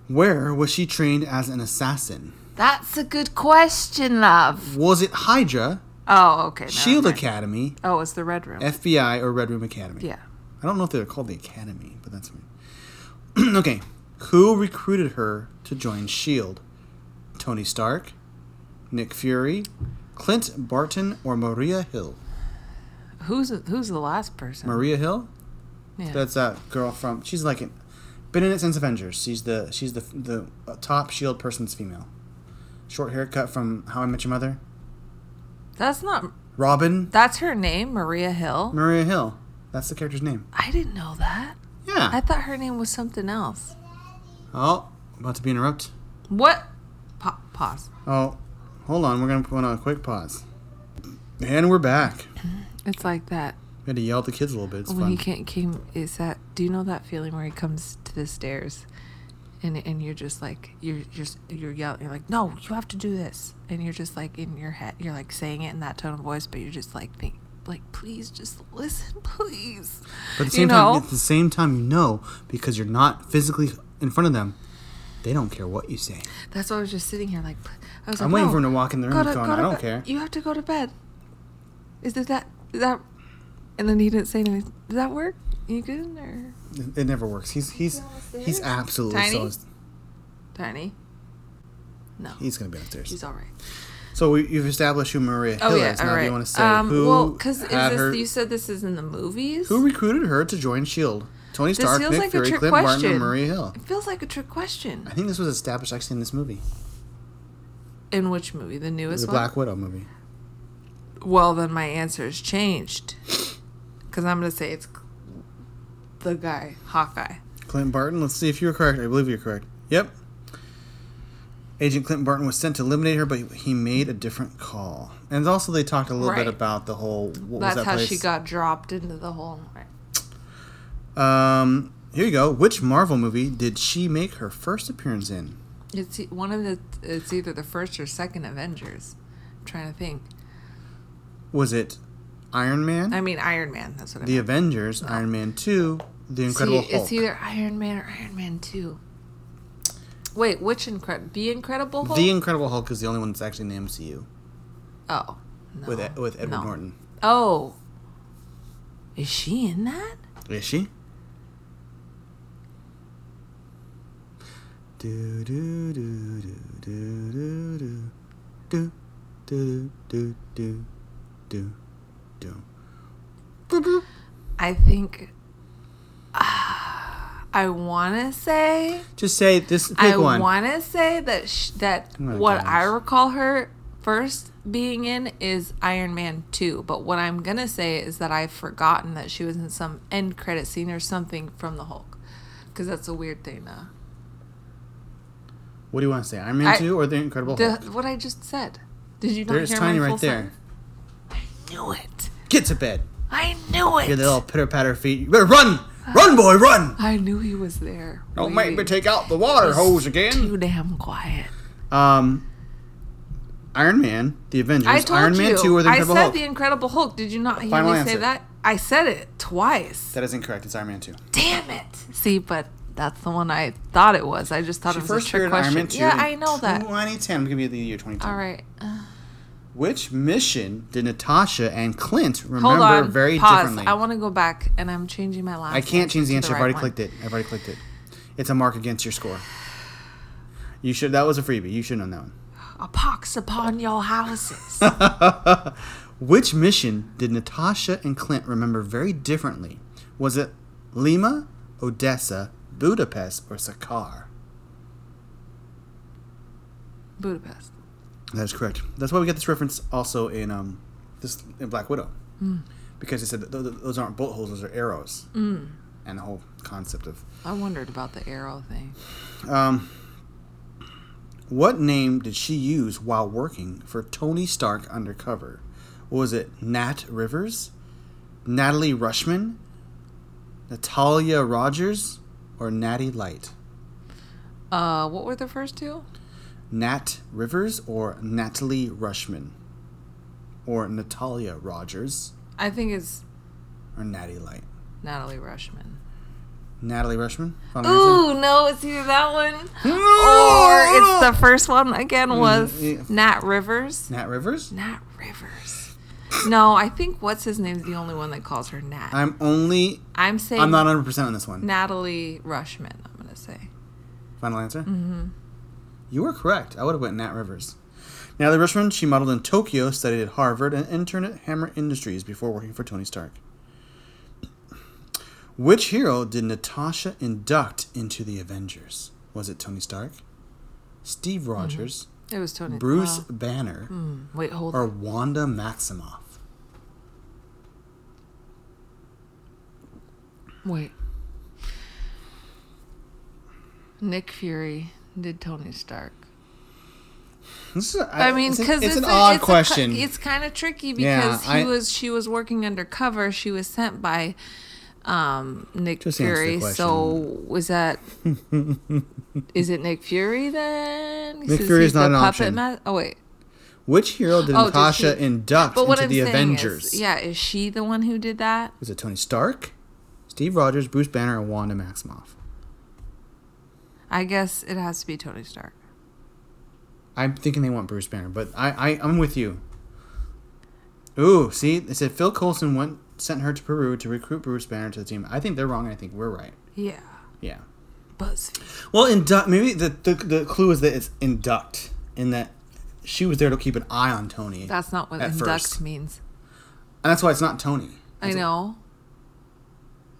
Speaker 1: Where was she trained as an assassin?
Speaker 2: That's a good question, love.
Speaker 1: Was it Hydra,
Speaker 2: Oh, okay. never
Speaker 1: Shield
Speaker 2: mind.
Speaker 1: Academy,
Speaker 2: Oh, it's the Red Room.
Speaker 1: FBI, or Red Room Academy?
Speaker 2: yeah.
Speaker 1: I don't know if they're called the Academy, but that's weird. okay. Who recruited her to join S.H.I.E.L.D.? E Tony Stark, Nick Fury, Clint Barton, or Maria Hill?
Speaker 2: Who's who's the last person?
Speaker 1: Maria Hill?
Speaker 2: yeah.
Speaker 1: That's that girl from. She's like an, been in it since Avengers. She's the she's the the top Shield E person's female. Short haircut from How I Met Your Mother.
Speaker 2: That's not.
Speaker 1: Robin
Speaker 2: That's her name, Maria Hill.
Speaker 1: Maria Hill. That's the character's name.
Speaker 2: I didn't know that. I
Speaker 1: Yeah.
Speaker 2: thought her name was something else.
Speaker 1: Oh, about to be interrupted.
Speaker 2: What? Pa- pause.
Speaker 1: Oh, hold on. We're gonna put on a quick pause. And we're back.
Speaker 2: It's like that
Speaker 1: We had to yell at the kids a little bit. It's
Speaker 2: when
Speaker 1: fun.
Speaker 2: you can't came. Is that? Do you know that feeling where he comes to the stairs, and and you're just like you're just you're yelling. You're like, no, you have to do this, and you're just like in your head. You're like saying it in that tone of voice, but you're just like think like please just listen, please.
Speaker 1: But at the
Speaker 2: you
Speaker 1: same
Speaker 2: know?
Speaker 1: time, at the same time, you know because you're not physically in front of them. They don't care what you say.
Speaker 2: That's why I was just sitting here like p- I was
Speaker 1: I'm
Speaker 2: like,
Speaker 1: waiting
Speaker 2: no,
Speaker 1: for him to walk in the room
Speaker 2: go to-
Speaker 1: going,
Speaker 2: go to
Speaker 1: "I don't
Speaker 2: bed.
Speaker 1: care."
Speaker 2: You have to go to bed. Is it that is that and then he didn't say anything. Did that work? You good or
Speaker 1: It, it never works. He's he's he's absolutely
Speaker 2: Tiny?
Speaker 1: so.
Speaker 2: Tiny? No. He's,
Speaker 1: He's gonna be upstairs.
Speaker 2: all right.
Speaker 1: So we, you've established who Maria Hill
Speaker 2: Oh yeah,
Speaker 1: is.
Speaker 2: all
Speaker 1: now, do
Speaker 2: right.
Speaker 1: you want to say
Speaker 2: um,
Speaker 1: who
Speaker 2: well, because is
Speaker 1: had
Speaker 2: this?
Speaker 1: her,
Speaker 2: You said this is in the movies.
Speaker 1: who recruited her to join Shield? E Tony
Speaker 2: This
Speaker 1: Stark,
Speaker 2: feels
Speaker 1: Nick
Speaker 2: like a
Speaker 1: Fury,
Speaker 2: trick
Speaker 1: Clint Barton,
Speaker 2: question.
Speaker 1: and Maria Hill.
Speaker 2: it feels like a trick question.
Speaker 1: I think this was established actually in this movie,
Speaker 2: In which movie? The
Speaker 1: the
Speaker 2: newest one.
Speaker 1: Black Widow movie.
Speaker 2: Well, then my answer has changed. Because I'm going to say it's the guy, Hawkeye.
Speaker 1: Clint Barton. Let's see if you're correct. I believe you're correct. Yep. Agent Clint Barton was sent to eliminate her, but he made a different call. And also, they talked a little
Speaker 2: Right.
Speaker 1: bit about the whole. What was
Speaker 2: That's
Speaker 1: that
Speaker 2: how
Speaker 1: place?
Speaker 2: she got dropped into the hole.
Speaker 1: Um, here you go. Which Marvel movie did she make her first appearance in?
Speaker 2: It's e- one of the. It's either the first or second Avengers. I'm trying to think.
Speaker 1: Was it Iron Man,
Speaker 2: I mean, Iron Man. That's what I
Speaker 1: The
Speaker 2: mean.
Speaker 1: Avengers, Iron Man Two, The Incredible
Speaker 2: See,
Speaker 1: Hulk,
Speaker 2: It's either Iron Man or Iron Man 2. Wait, which incredible? The Incredible Hulk?
Speaker 1: The Incredible Hulk is the only one that's actually in the MCU
Speaker 2: oh. No.
Speaker 1: with E, with Edward
Speaker 2: No.
Speaker 1: Norton.
Speaker 2: Oh. Is she in that?
Speaker 1: Is she? Do do do do do do do do do do do do do.
Speaker 2: I think. I want to say.
Speaker 1: Just say this. Pick
Speaker 2: I
Speaker 1: one. Oh
Speaker 2: want to say that sh- that
Speaker 1: I'm gonna
Speaker 2: what
Speaker 1: guess.
Speaker 2: I recall her first being in is Iron Man 2, but what I'm going to say is that I've forgotten that she was in some end credit scene or something from the Hulk cuz that's a weird thing now.
Speaker 1: What do you want to say? Iron Man
Speaker 2: I-
Speaker 1: Two or The Incredible
Speaker 2: The,
Speaker 1: Hulk?
Speaker 2: what I just said. Did you not
Speaker 1: There's
Speaker 2: hear
Speaker 1: Tiny
Speaker 2: my
Speaker 1: right
Speaker 2: full
Speaker 1: there.
Speaker 2: sentence? I knew it.
Speaker 1: Get to bed.
Speaker 2: I knew
Speaker 1: Hear
Speaker 2: it.
Speaker 1: the little pitter patter feet. You better run, run, boy, run!
Speaker 2: I knew he was there.
Speaker 1: Don't make me
Speaker 2: waiting.
Speaker 1: take out the water hose again.
Speaker 2: too damn quiet.
Speaker 1: Um, Iron Man, The Avengers,
Speaker 2: I told
Speaker 1: Iron
Speaker 2: you.
Speaker 1: Man Two or The Incredible
Speaker 2: I said
Speaker 1: Hulk.
Speaker 2: the Incredible Hulk. Did you not hear
Speaker 1: Final
Speaker 2: me
Speaker 1: answer.
Speaker 2: say that? I said it twice.
Speaker 1: That is incorrect. It's Iron Man Two.
Speaker 2: Damn it! See, but that's the one I thought it was. I just thought
Speaker 1: She
Speaker 2: it was a
Speaker 1: first
Speaker 2: trick
Speaker 1: appeared in Iron
Speaker 2: question.
Speaker 1: Man 2
Speaker 2: yeah,
Speaker 1: in
Speaker 2: I know that.
Speaker 1: 2010. I'm going to be the year 2010.
Speaker 2: All right.
Speaker 1: Which mission did Natasha and Clint remember
Speaker 2: Hold on.
Speaker 1: very
Speaker 2: Pause.
Speaker 1: differently?
Speaker 2: I want to go back, and I'm changing my last.
Speaker 1: I can't change the
Speaker 2: to
Speaker 1: answer.
Speaker 2: right
Speaker 1: I've already
Speaker 2: one.
Speaker 1: clicked it. I've already clicked it. It's a mark against your score. You should. That was a freebie. You should have known
Speaker 2: A pox upon your houses.
Speaker 1: that one. Which mission did Natasha and Clint remember very differently? Was it Lima, Odessa, Budapest, or Saqqara?
Speaker 2: Budapest.
Speaker 1: That is correct. That's why we get this reference also in um, this in Black Widow, because they said that th- th- those aren't bullet holes; those are arrows, mm. and the whole concept of
Speaker 2: I wondered about the arrow thing.
Speaker 1: um, what name did she use while working for Tony Stark undercover? Was it Nat Rivers, Natalie Rushman, Natalia Rogers, or Natty Light?
Speaker 2: Uh, what were the first two?
Speaker 1: Nat Rivers or Natalie Rushman, or Natalia Rogers?
Speaker 2: I think it's
Speaker 1: or Natty Light?
Speaker 2: Natalie Rushman.
Speaker 1: Natalie Rushman? Final answer?
Speaker 2: Ooh, no, it's either that one or it's the first one again was
Speaker 1: Mm, yeah.
Speaker 2: Nat Rivers.
Speaker 1: Nat Rivers?
Speaker 2: Nat Rivers. No, I think what's his name's the only one that calls her Nat. I'm,
Speaker 1: I'm only.
Speaker 2: saying
Speaker 1: I'm not 100% on this one.
Speaker 2: Natalie Rushman. I'm gonna say
Speaker 1: Final answer? Mm-hmm. You were correct. I would have went Nat Rivers. Natalie Rushman, she modeled in Tokyo, studied at Harvard, and interned at Hammer Industries before working for Tony Stark. Which hero did Natasha induct into the Avengers? Was it Tony Stark,
Speaker 2: Mm-hmm.
Speaker 1: Steve Rogers,
Speaker 2: it was Tony.
Speaker 1: Bruce
Speaker 2: well,
Speaker 1: Banner,
Speaker 2: wait, hold
Speaker 1: or
Speaker 2: on.
Speaker 1: Wanda Maximoff?
Speaker 2: Wait. Nick Fury did Tony Stark.
Speaker 1: This is,
Speaker 2: I mean,
Speaker 1: it's an-
Speaker 2: because
Speaker 1: it's, an odd question.
Speaker 2: it's kind of tricky
Speaker 1: Yeah,
Speaker 2: because he
Speaker 1: I-
Speaker 2: was she was working undercover. She was sent by um, Nick
Speaker 1: Just answer the
Speaker 2: Fury. So was that is it Nick Fury then?
Speaker 1: Nick
Speaker 2: Since
Speaker 1: Fury
Speaker 2: he's
Speaker 1: is not
Speaker 2: the
Speaker 1: an
Speaker 2: puppet
Speaker 1: option.
Speaker 2: ma- oh wait,
Speaker 1: Which hero did
Speaker 2: Oh, did
Speaker 1: Natasha
Speaker 2: she-
Speaker 1: induct
Speaker 2: but what
Speaker 1: into
Speaker 2: I'm
Speaker 1: the
Speaker 2: saying
Speaker 1: Avengers?
Speaker 2: is, yeah, is she the one who did that?
Speaker 1: Was it Tony Stark, Steve Rogers, Bruce Banner, and Wanda Maximoff?
Speaker 2: I guess it has to be Tony Stark.
Speaker 1: I'm thinking they want Bruce Banner, but I, I I'm with you. Ooh, see, they said Phil Coulson went sent her to Peru to recruit Bruce Banner to the team. I think they're wrong, and I think we're right.
Speaker 2: Yeah,
Speaker 1: Yeah.
Speaker 2: BuzzFeed.
Speaker 1: Well, induct. Maybe the, the the clue is that it's induct in that she was there to keep an eye on Tony.
Speaker 2: That's not what
Speaker 1: At
Speaker 2: induct
Speaker 1: first.
Speaker 2: means.
Speaker 1: and that's why it's not Tony.
Speaker 2: I
Speaker 1: That's-
Speaker 2: know.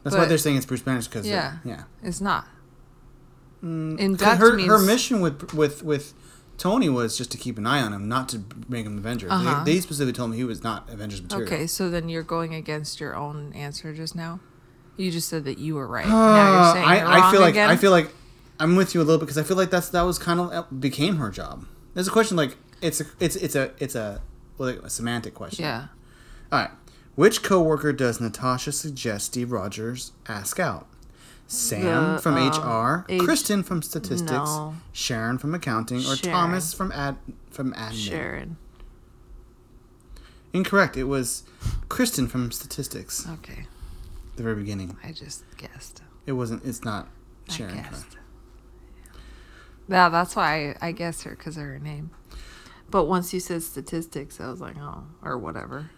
Speaker 1: That's why
Speaker 2: but-
Speaker 1: they're saying it's Bruce Banner because yeah,
Speaker 2: Yeah.
Speaker 1: yeah.
Speaker 2: It's not.
Speaker 1: Because Mm,
Speaker 2: Induct
Speaker 1: her,
Speaker 2: means
Speaker 1: her mission with with with Tony was just to keep an eye on him, not to make him Avenger.
Speaker 2: Uh-huh.
Speaker 1: They, they specifically told me he was not Avengers material.
Speaker 2: Okay, so then you're going against your own answer just now. You just said that you were right. now you're saying
Speaker 1: Uh, I,
Speaker 2: you're
Speaker 1: I
Speaker 2: wrong
Speaker 1: feel like
Speaker 2: again.
Speaker 1: I feel like I'm with you a little bit because I feel like that's that was kind of became her job. There's a question like it's a, it's it's a it's a well, like a semantic question.
Speaker 2: yeah.
Speaker 1: All right. Which coworker does Natasha suggest Steve Rogers ask out? Sam
Speaker 2: The,
Speaker 1: from
Speaker 2: um,
Speaker 1: HR,
Speaker 2: H-
Speaker 1: Kristen from statistics,
Speaker 2: No.
Speaker 1: Sharon from accounting, or
Speaker 2: Sharon.
Speaker 1: Thomas from ad from admin.
Speaker 2: Sharon.
Speaker 1: Incorrect. It was Kristen from statistics.
Speaker 2: Okay,
Speaker 1: The very beginning.
Speaker 2: I just guessed.
Speaker 1: It wasn't. It's not
Speaker 2: I
Speaker 1: Sharon.
Speaker 2: guessed. Yeah, that's why I, I guessed her because of her name. But once you said statistics, I was like, oh, or whatever.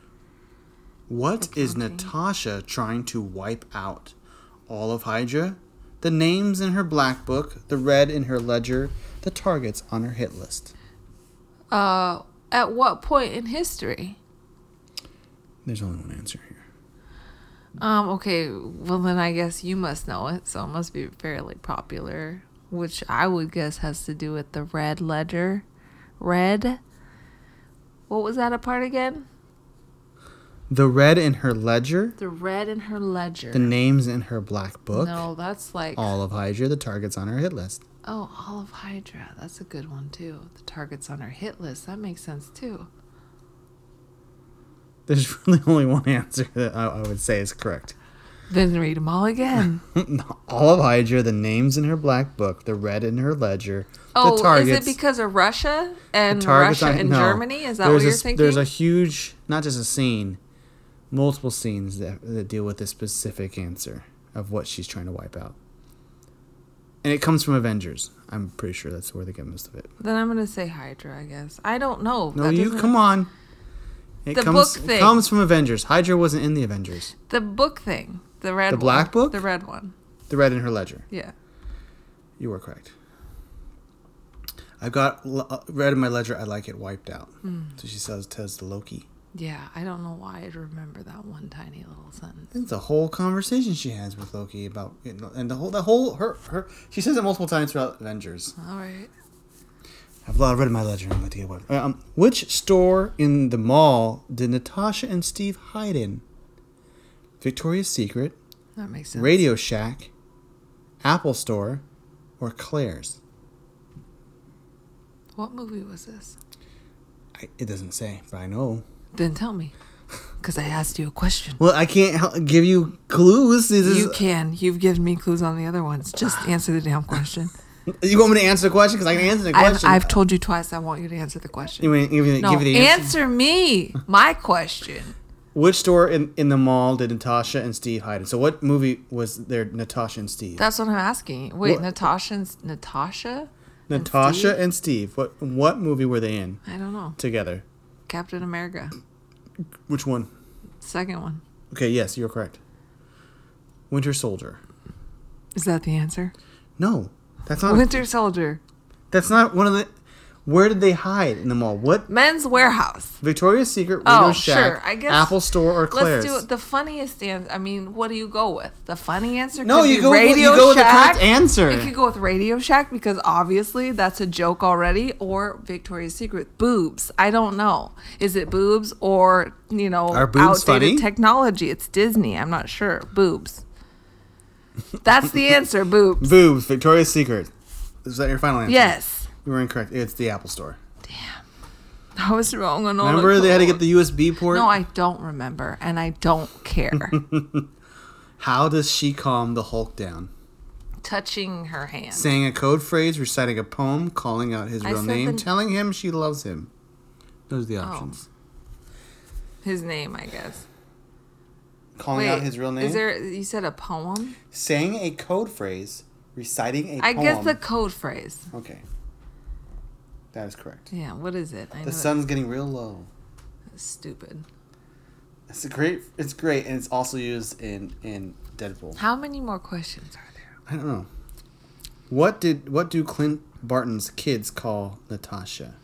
Speaker 1: What is Natasha trying to wipe out? All of Hydra? The names in her black book, the red in her ledger, the targets on her hit list.
Speaker 2: Uh, at what point in history?
Speaker 1: There's only one answer here.
Speaker 2: Um, okay, well then I guess you must know it, so it must be fairly popular, which I would guess has to do with the red ledger. Red. What was that a part again?
Speaker 1: The red in her ledger,
Speaker 2: The red in her ledger.
Speaker 1: the names in her black book,
Speaker 2: No, that's like
Speaker 1: all of Hydra, the targets on her hit list.
Speaker 2: oh, all of Hydra. That's a good one too. The targets on her hit list. That makes sense too.
Speaker 1: There's really only one answer that I, I would say is correct.
Speaker 2: Then read them all again.
Speaker 1: all of Hydra, the names in her black book, the red in her ledger,
Speaker 2: oh,
Speaker 1: the targets.
Speaker 2: is it because of Russia and
Speaker 1: targets
Speaker 2: Russia
Speaker 1: on-
Speaker 2: and
Speaker 1: no.
Speaker 2: Germany? Is that
Speaker 1: There's
Speaker 2: what you're
Speaker 1: a, s-
Speaker 2: thinking?
Speaker 1: There's a huge, not just a scene, multiple scenes that, that deal with this specific answer of what she's trying to wipe out. And it comes from Avengers. I'm pretty sure that's where they get most of it.
Speaker 2: Then I'm gonna say Hydra, I guess. I don't know.
Speaker 1: No,
Speaker 2: That
Speaker 1: you
Speaker 2: doesn't-
Speaker 1: come on. It
Speaker 2: The
Speaker 1: comes,
Speaker 2: book
Speaker 1: it
Speaker 2: thing.
Speaker 1: comes from Avengers. Hydra wasn't in the Avengers.
Speaker 2: The book thing. The red
Speaker 1: The
Speaker 2: one.
Speaker 1: black book?
Speaker 2: The red one.
Speaker 1: The red in her ledger.
Speaker 2: Yeah.
Speaker 1: You were correct. I've got l- uh, red in my ledger. I like it wiped out.
Speaker 2: Hmm.
Speaker 1: So she says, tells the Loki.
Speaker 2: Yeah. I don't know why I'd remember that one tiny little sentence.
Speaker 1: It's a whole conversation she has with Loki about, and the whole, the whole her, her. She says it multiple times throughout Avengers.
Speaker 2: All right.
Speaker 1: I've lot read my ledger. I'm idea what. Um, which store in the mall did Natasha and Steve hide in? Victoria's Secret,
Speaker 2: That makes sense.
Speaker 1: Radio Shack, Apple Store, or Claire's?
Speaker 2: What movie was this?
Speaker 1: I, it doesn't say, but I know.
Speaker 2: Then tell me. Because I asked you a question.
Speaker 1: Well, I can't hel- give you clues. This is-
Speaker 2: You can. You've given me clues on the other ones. Just answer the damn question.
Speaker 1: You want me to answer the question? Because I can answer the
Speaker 2: I've,
Speaker 1: question.
Speaker 2: I've told you twice I want you to answer the question.
Speaker 1: you want me to give you,
Speaker 2: no,
Speaker 1: give you the answer?
Speaker 2: answer me my question.
Speaker 1: Which store in, in the mall did Natasha and Steve hide in? So, what movie was there, Natasha and Steve?
Speaker 2: That's what I'm asking. Wait,
Speaker 1: What?
Speaker 2: Natasha's Natasha? and
Speaker 1: Natasha
Speaker 2: Steve?
Speaker 1: and Steve. What what movie were they in
Speaker 2: I don't know.
Speaker 1: together?
Speaker 2: Captain America.
Speaker 1: Which one?
Speaker 2: Second one.
Speaker 1: Okay, yes, you're correct. Winter Soldier.
Speaker 2: Is that the answer?
Speaker 1: No, that's not.
Speaker 2: Winter Soldier.
Speaker 1: That's not one of the. Where did they hide in the mall? What?
Speaker 2: Men's Warehouse.
Speaker 1: Victoria's Secret,
Speaker 2: Oh,
Speaker 1: Radio Shack,
Speaker 2: sure, I guess-
Speaker 1: Apple Store, or Claire's?
Speaker 2: Let's do the funniest answer. I mean, what do you go with? The funny answer?
Speaker 1: No,
Speaker 2: could
Speaker 1: you
Speaker 2: be
Speaker 1: go with- you
Speaker 2: Radio
Speaker 1: go with the
Speaker 2: Shack.
Speaker 1: correct answer.
Speaker 2: You could go with Radio Shack because obviously that's a joke already, or Victoria's Secret boobs. I don't know. Is it boobs or you know
Speaker 1: Are boobs
Speaker 2: outdated
Speaker 1: funny?
Speaker 2: technology? It's Disney. I'm not sure. Boobs. That's the answer. Boobs.
Speaker 1: Boobs. Victoria's Secret. Is that your final answer?
Speaker 2: Yes.
Speaker 1: You were incorrect. It's the Apple Store.
Speaker 2: I was wrong on all. the
Speaker 1: Remember, they had to
Speaker 2: clues.
Speaker 1: get the USB port.
Speaker 2: Oh, No, I don't remember, and I don't care.
Speaker 1: How does she calm the Hulk down?
Speaker 2: Touching her hand.
Speaker 1: Saying a code phrase, reciting a poem, calling out his
Speaker 2: I
Speaker 1: real
Speaker 2: said
Speaker 1: name,
Speaker 2: the- Oh.
Speaker 1: telling him she loves him. Those are the options.
Speaker 2: His name, I guess.
Speaker 1: Calling out Oh, his real name.
Speaker 2: Is there? You said a poem.
Speaker 1: Saying a code phrase, reciting a
Speaker 2: I
Speaker 1: poem.
Speaker 2: guess the code phrase.
Speaker 1: Okay. That is correct.
Speaker 2: Yeah. What is it? I know
Speaker 1: The
Speaker 2: it's
Speaker 1: sun's getting real low.
Speaker 2: stupid.
Speaker 1: It's a great. It's great, and it's also used in in Deadpool.
Speaker 2: How many more questions are there?
Speaker 1: I don't know. What did what do Clint Barton's kids call Natasha?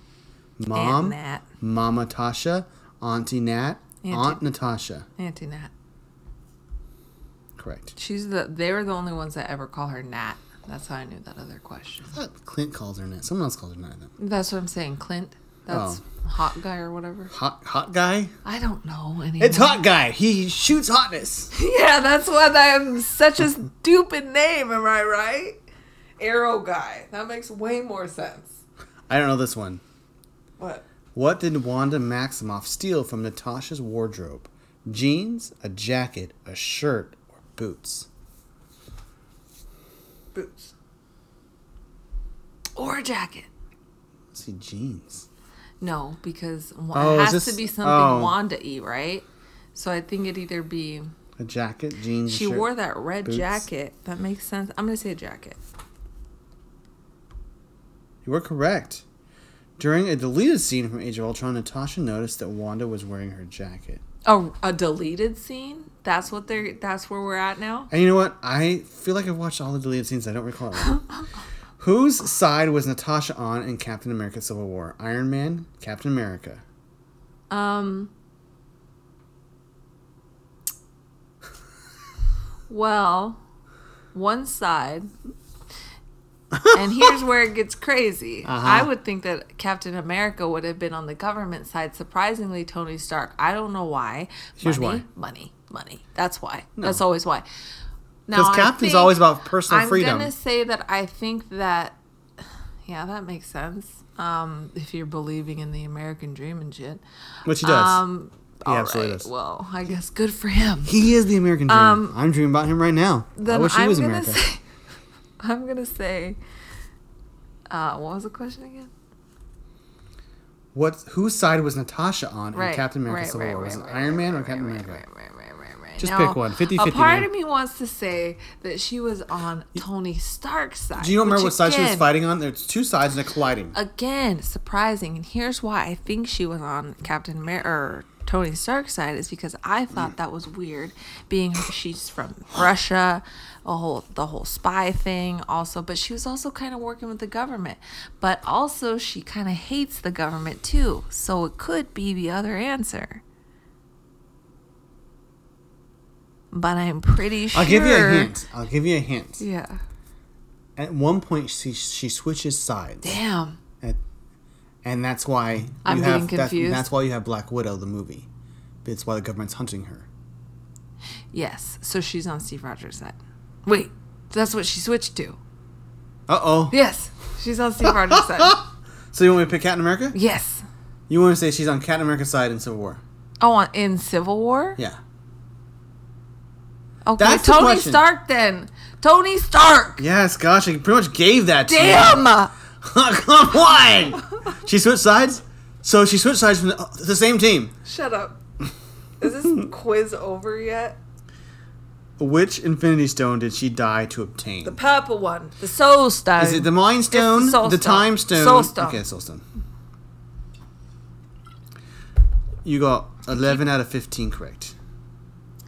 Speaker 1: Mom,
Speaker 2: Nat.
Speaker 1: Mama Tasha, Auntie Nat,
Speaker 2: Auntie.
Speaker 1: Aunt Natasha.
Speaker 2: Auntie Nat.
Speaker 1: Correct.
Speaker 2: She's the. They were the only ones that ever call her Nat. That's how I knew that other question.
Speaker 1: I thought Clint calls her Nat. Someone else calls her Nat. then.
Speaker 2: That's what I'm saying, Clint. That's
Speaker 1: Oh.
Speaker 2: hot guy or whatever.
Speaker 1: Hot, hot guy.
Speaker 2: I don't know anymore.
Speaker 1: It's hot guy. He shoots hotness.
Speaker 2: yeah, that's what I'm. Such a stupid name. Am I right? Arrow guy. That makes way more sense.
Speaker 1: I don't know this one.
Speaker 2: What?
Speaker 1: What did Wanda Maximoff steal from Natasha's wardrobe? Jeans, a jacket, a shirt, or boots?
Speaker 2: Boots. Or a jacket.
Speaker 1: Let's see, jeans.
Speaker 2: No, because wa-
Speaker 1: Oh,
Speaker 2: it
Speaker 1: is
Speaker 2: has to
Speaker 1: this-
Speaker 2: be
Speaker 1: oh.
Speaker 2: something Wanda y, right? So I think it'd either be
Speaker 1: A jacket, jeans. a
Speaker 2: she
Speaker 1: shirt.
Speaker 2: wore that red
Speaker 1: Boots.
Speaker 2: jacket. That makes sense. I'm gonna say a jacket.
Speaker 1: You were correct. During a deleted scene from Age of Ultron, Natasha noticed that Wanda was wearing her jacket.
Speaker 2: A, Oh, a deleted scene. That's what they're. That's where we're at now.
Speaker 1: And you know what? I feel like I've watched all the deleted scenes. I don't recall it. Whose side was Natasha on in Captain America Civil War? Iron Man, Captain America.
Speaker 2: Um. Well, one side. and here's where it gets crazy.
Speaker 1: Uh-huh.
Speaker 2: I would think that Captain America would have been on the government side. Surprisingly, Tony Stark. I don't know why.
Speaker 1: Here's
Speaker 2: money,
Speaker 1: why.
Speaker 2: Money, money. That's why. That's always why. Now,
Speaker 1: Because
Speaker 2: I
Speaker 1: Captain's
Speaker 2: think-
Speaker 1: always about personal
Speaker 2: I'm
Speaker 1: freedom.
Speaker 2: gonna say that I think that. Yeah, that makes sense. Um, if you're believing in the American dream and shit.
Speaker 1: Which he does.
Speaker 2: Um,
Speaker 1: He
Speaker 2: all
Speaker 1: absolutely
Speaker 2: right.
Speaker 1: does.
Speaker 2: Well, I guess good for him.
Speaker 1: he is the American dream. I'm dreaming about him right now. I
Speaker 2: um, Then
Speaker 1: wish he
Speaker 2: I'm
Speaker 1: was
Speaker 2: gonna
Speaker 1: America.
Speaker 2: say, I'm gonna say. Uh, what was the question again?
Speaker 1: What? Whose side was Natasha on
Speaker 2: Right.
Speaker 1: in Captain America
Speaker 2: right,
Speaker 1: Civil
Speaker 2: right,
Speaker 1: War? was it
Speaker 2: right, right,
Speaker 1: Iron Man or
Speaker 2: right,
Speaker 1: Captain
Speaker 2: right,
Speaker 1: America?
Speaker 2: Right, right, right, right, right.
Speaker 1: Just
Speaker 2: Now,
Speaker 1: pick one. 50-50,
Speaker 2: A part
Speaker 1: man.
Speaker 2: of me wants to say that she was on Tony Stark's side.
Speaker 1: Do you remember
Speaker 2: which
Speaker 1: what side she was
Speaker 2: again-
Speaker 1: fighting on? There's two sides and they're colliding.
Speaker 2: again surprising and here's why i think she was on captain America or tony stark's side is because i thought that was weird being she's from russia a whole the whole spy thing also but she was also kind of working with the government but also she kind of hates the government too so it could be the other answer but i'm pretty sure
Speaker 1: I'll give you a hint. I'll give you a hint.
Speaker 2: yeah
Speaker 1: At one point, she she switches sides,
Speaker 2: damn
Speaker 1: At- and that's why you
Speaker 2: I'm
Speaker 1: have,
Speaker 2: getting
Speaker 1: that-
Speaker 2: confused.
Speaker 1: that's why you have Black Widow the movie. It's why the government's hunting her.
Speaker 2: Yes. So she's on Steve Rogers' side. Wait, that's what she switched to.
Speaker 1: Uh oh.
Speaker 2: Yes, she's on Steve Rogers' side.
Speaker 1: So you want me to pick Captain America?
Speaker 2: Yes.
Speaker 1: You want to say she's on Captain America's side in Civil War?
Speaker 2: Oh, on- in Civil War.
Speaker 1: Yeah.
Speaker 2: Okay,
Speaker 1: That's the
Speaker 2: Tony
Speaker 1: question.
Speaker 2: Stark then. Tony Stark.
Speaker 1: Yes. Gosh, I pretty much gave that. to you.
Speaker 2: Damn.
Speaker 1: Come on. she switched sides. So she switched sides from the, the same team.
Speaker 2: Shut up. Is this quiz over yet?
Speaker 1: Which Infinity Stone did she die to obtain?
Speaker 2: The purple one, the Soul Stone.
Speaker 1: Is it the Mind Stone?
Speaker 2: Soul
Speaker 1: the
Speaker 2: Stone.
Speaker 1: Time Stone?
Speaker 2: Soul Stone.
Speaker 1: Okay, Soul Stone. You got 11 out of 15 correct.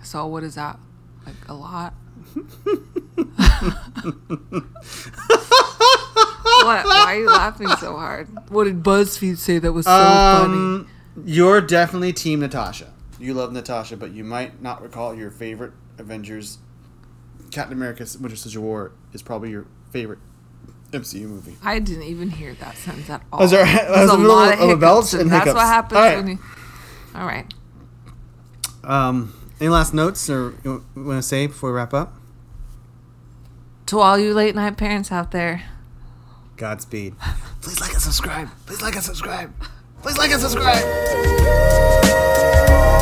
Speaker 2: so what is that? Like a lot. what? Why are you laughing so hard? What did BuzzFeed say that was so funny?
Speaker 1: Um, You're definitely Team Natasha. You love Natasha, but you might not recall your favorite Avengers. Captain America's Winter Soldier War is probably your favorite MCU movie.
Speaker 2: I didn't even hear that sentence at all.
Speaker 1: was there- I was
Speaker 2: There's
Speaker 1: in the middle of a
Speaker 2: hiccups,
Speaker 1: belch and
Speaker 2: That's
Speaker 1: hiccups.
Speaker 2: what happens
Speaker 1: All right.
Speaker 2: when you. All right.
Speaker 1: Um, any last notes or you want to say before we wrap up?
Speaker 2: To all you late night parents out there,
Speaker 1: Godspeed. Please like and subscribe. Please like and subscribe. Please like and subscribe.
Speaker 3: Thank you.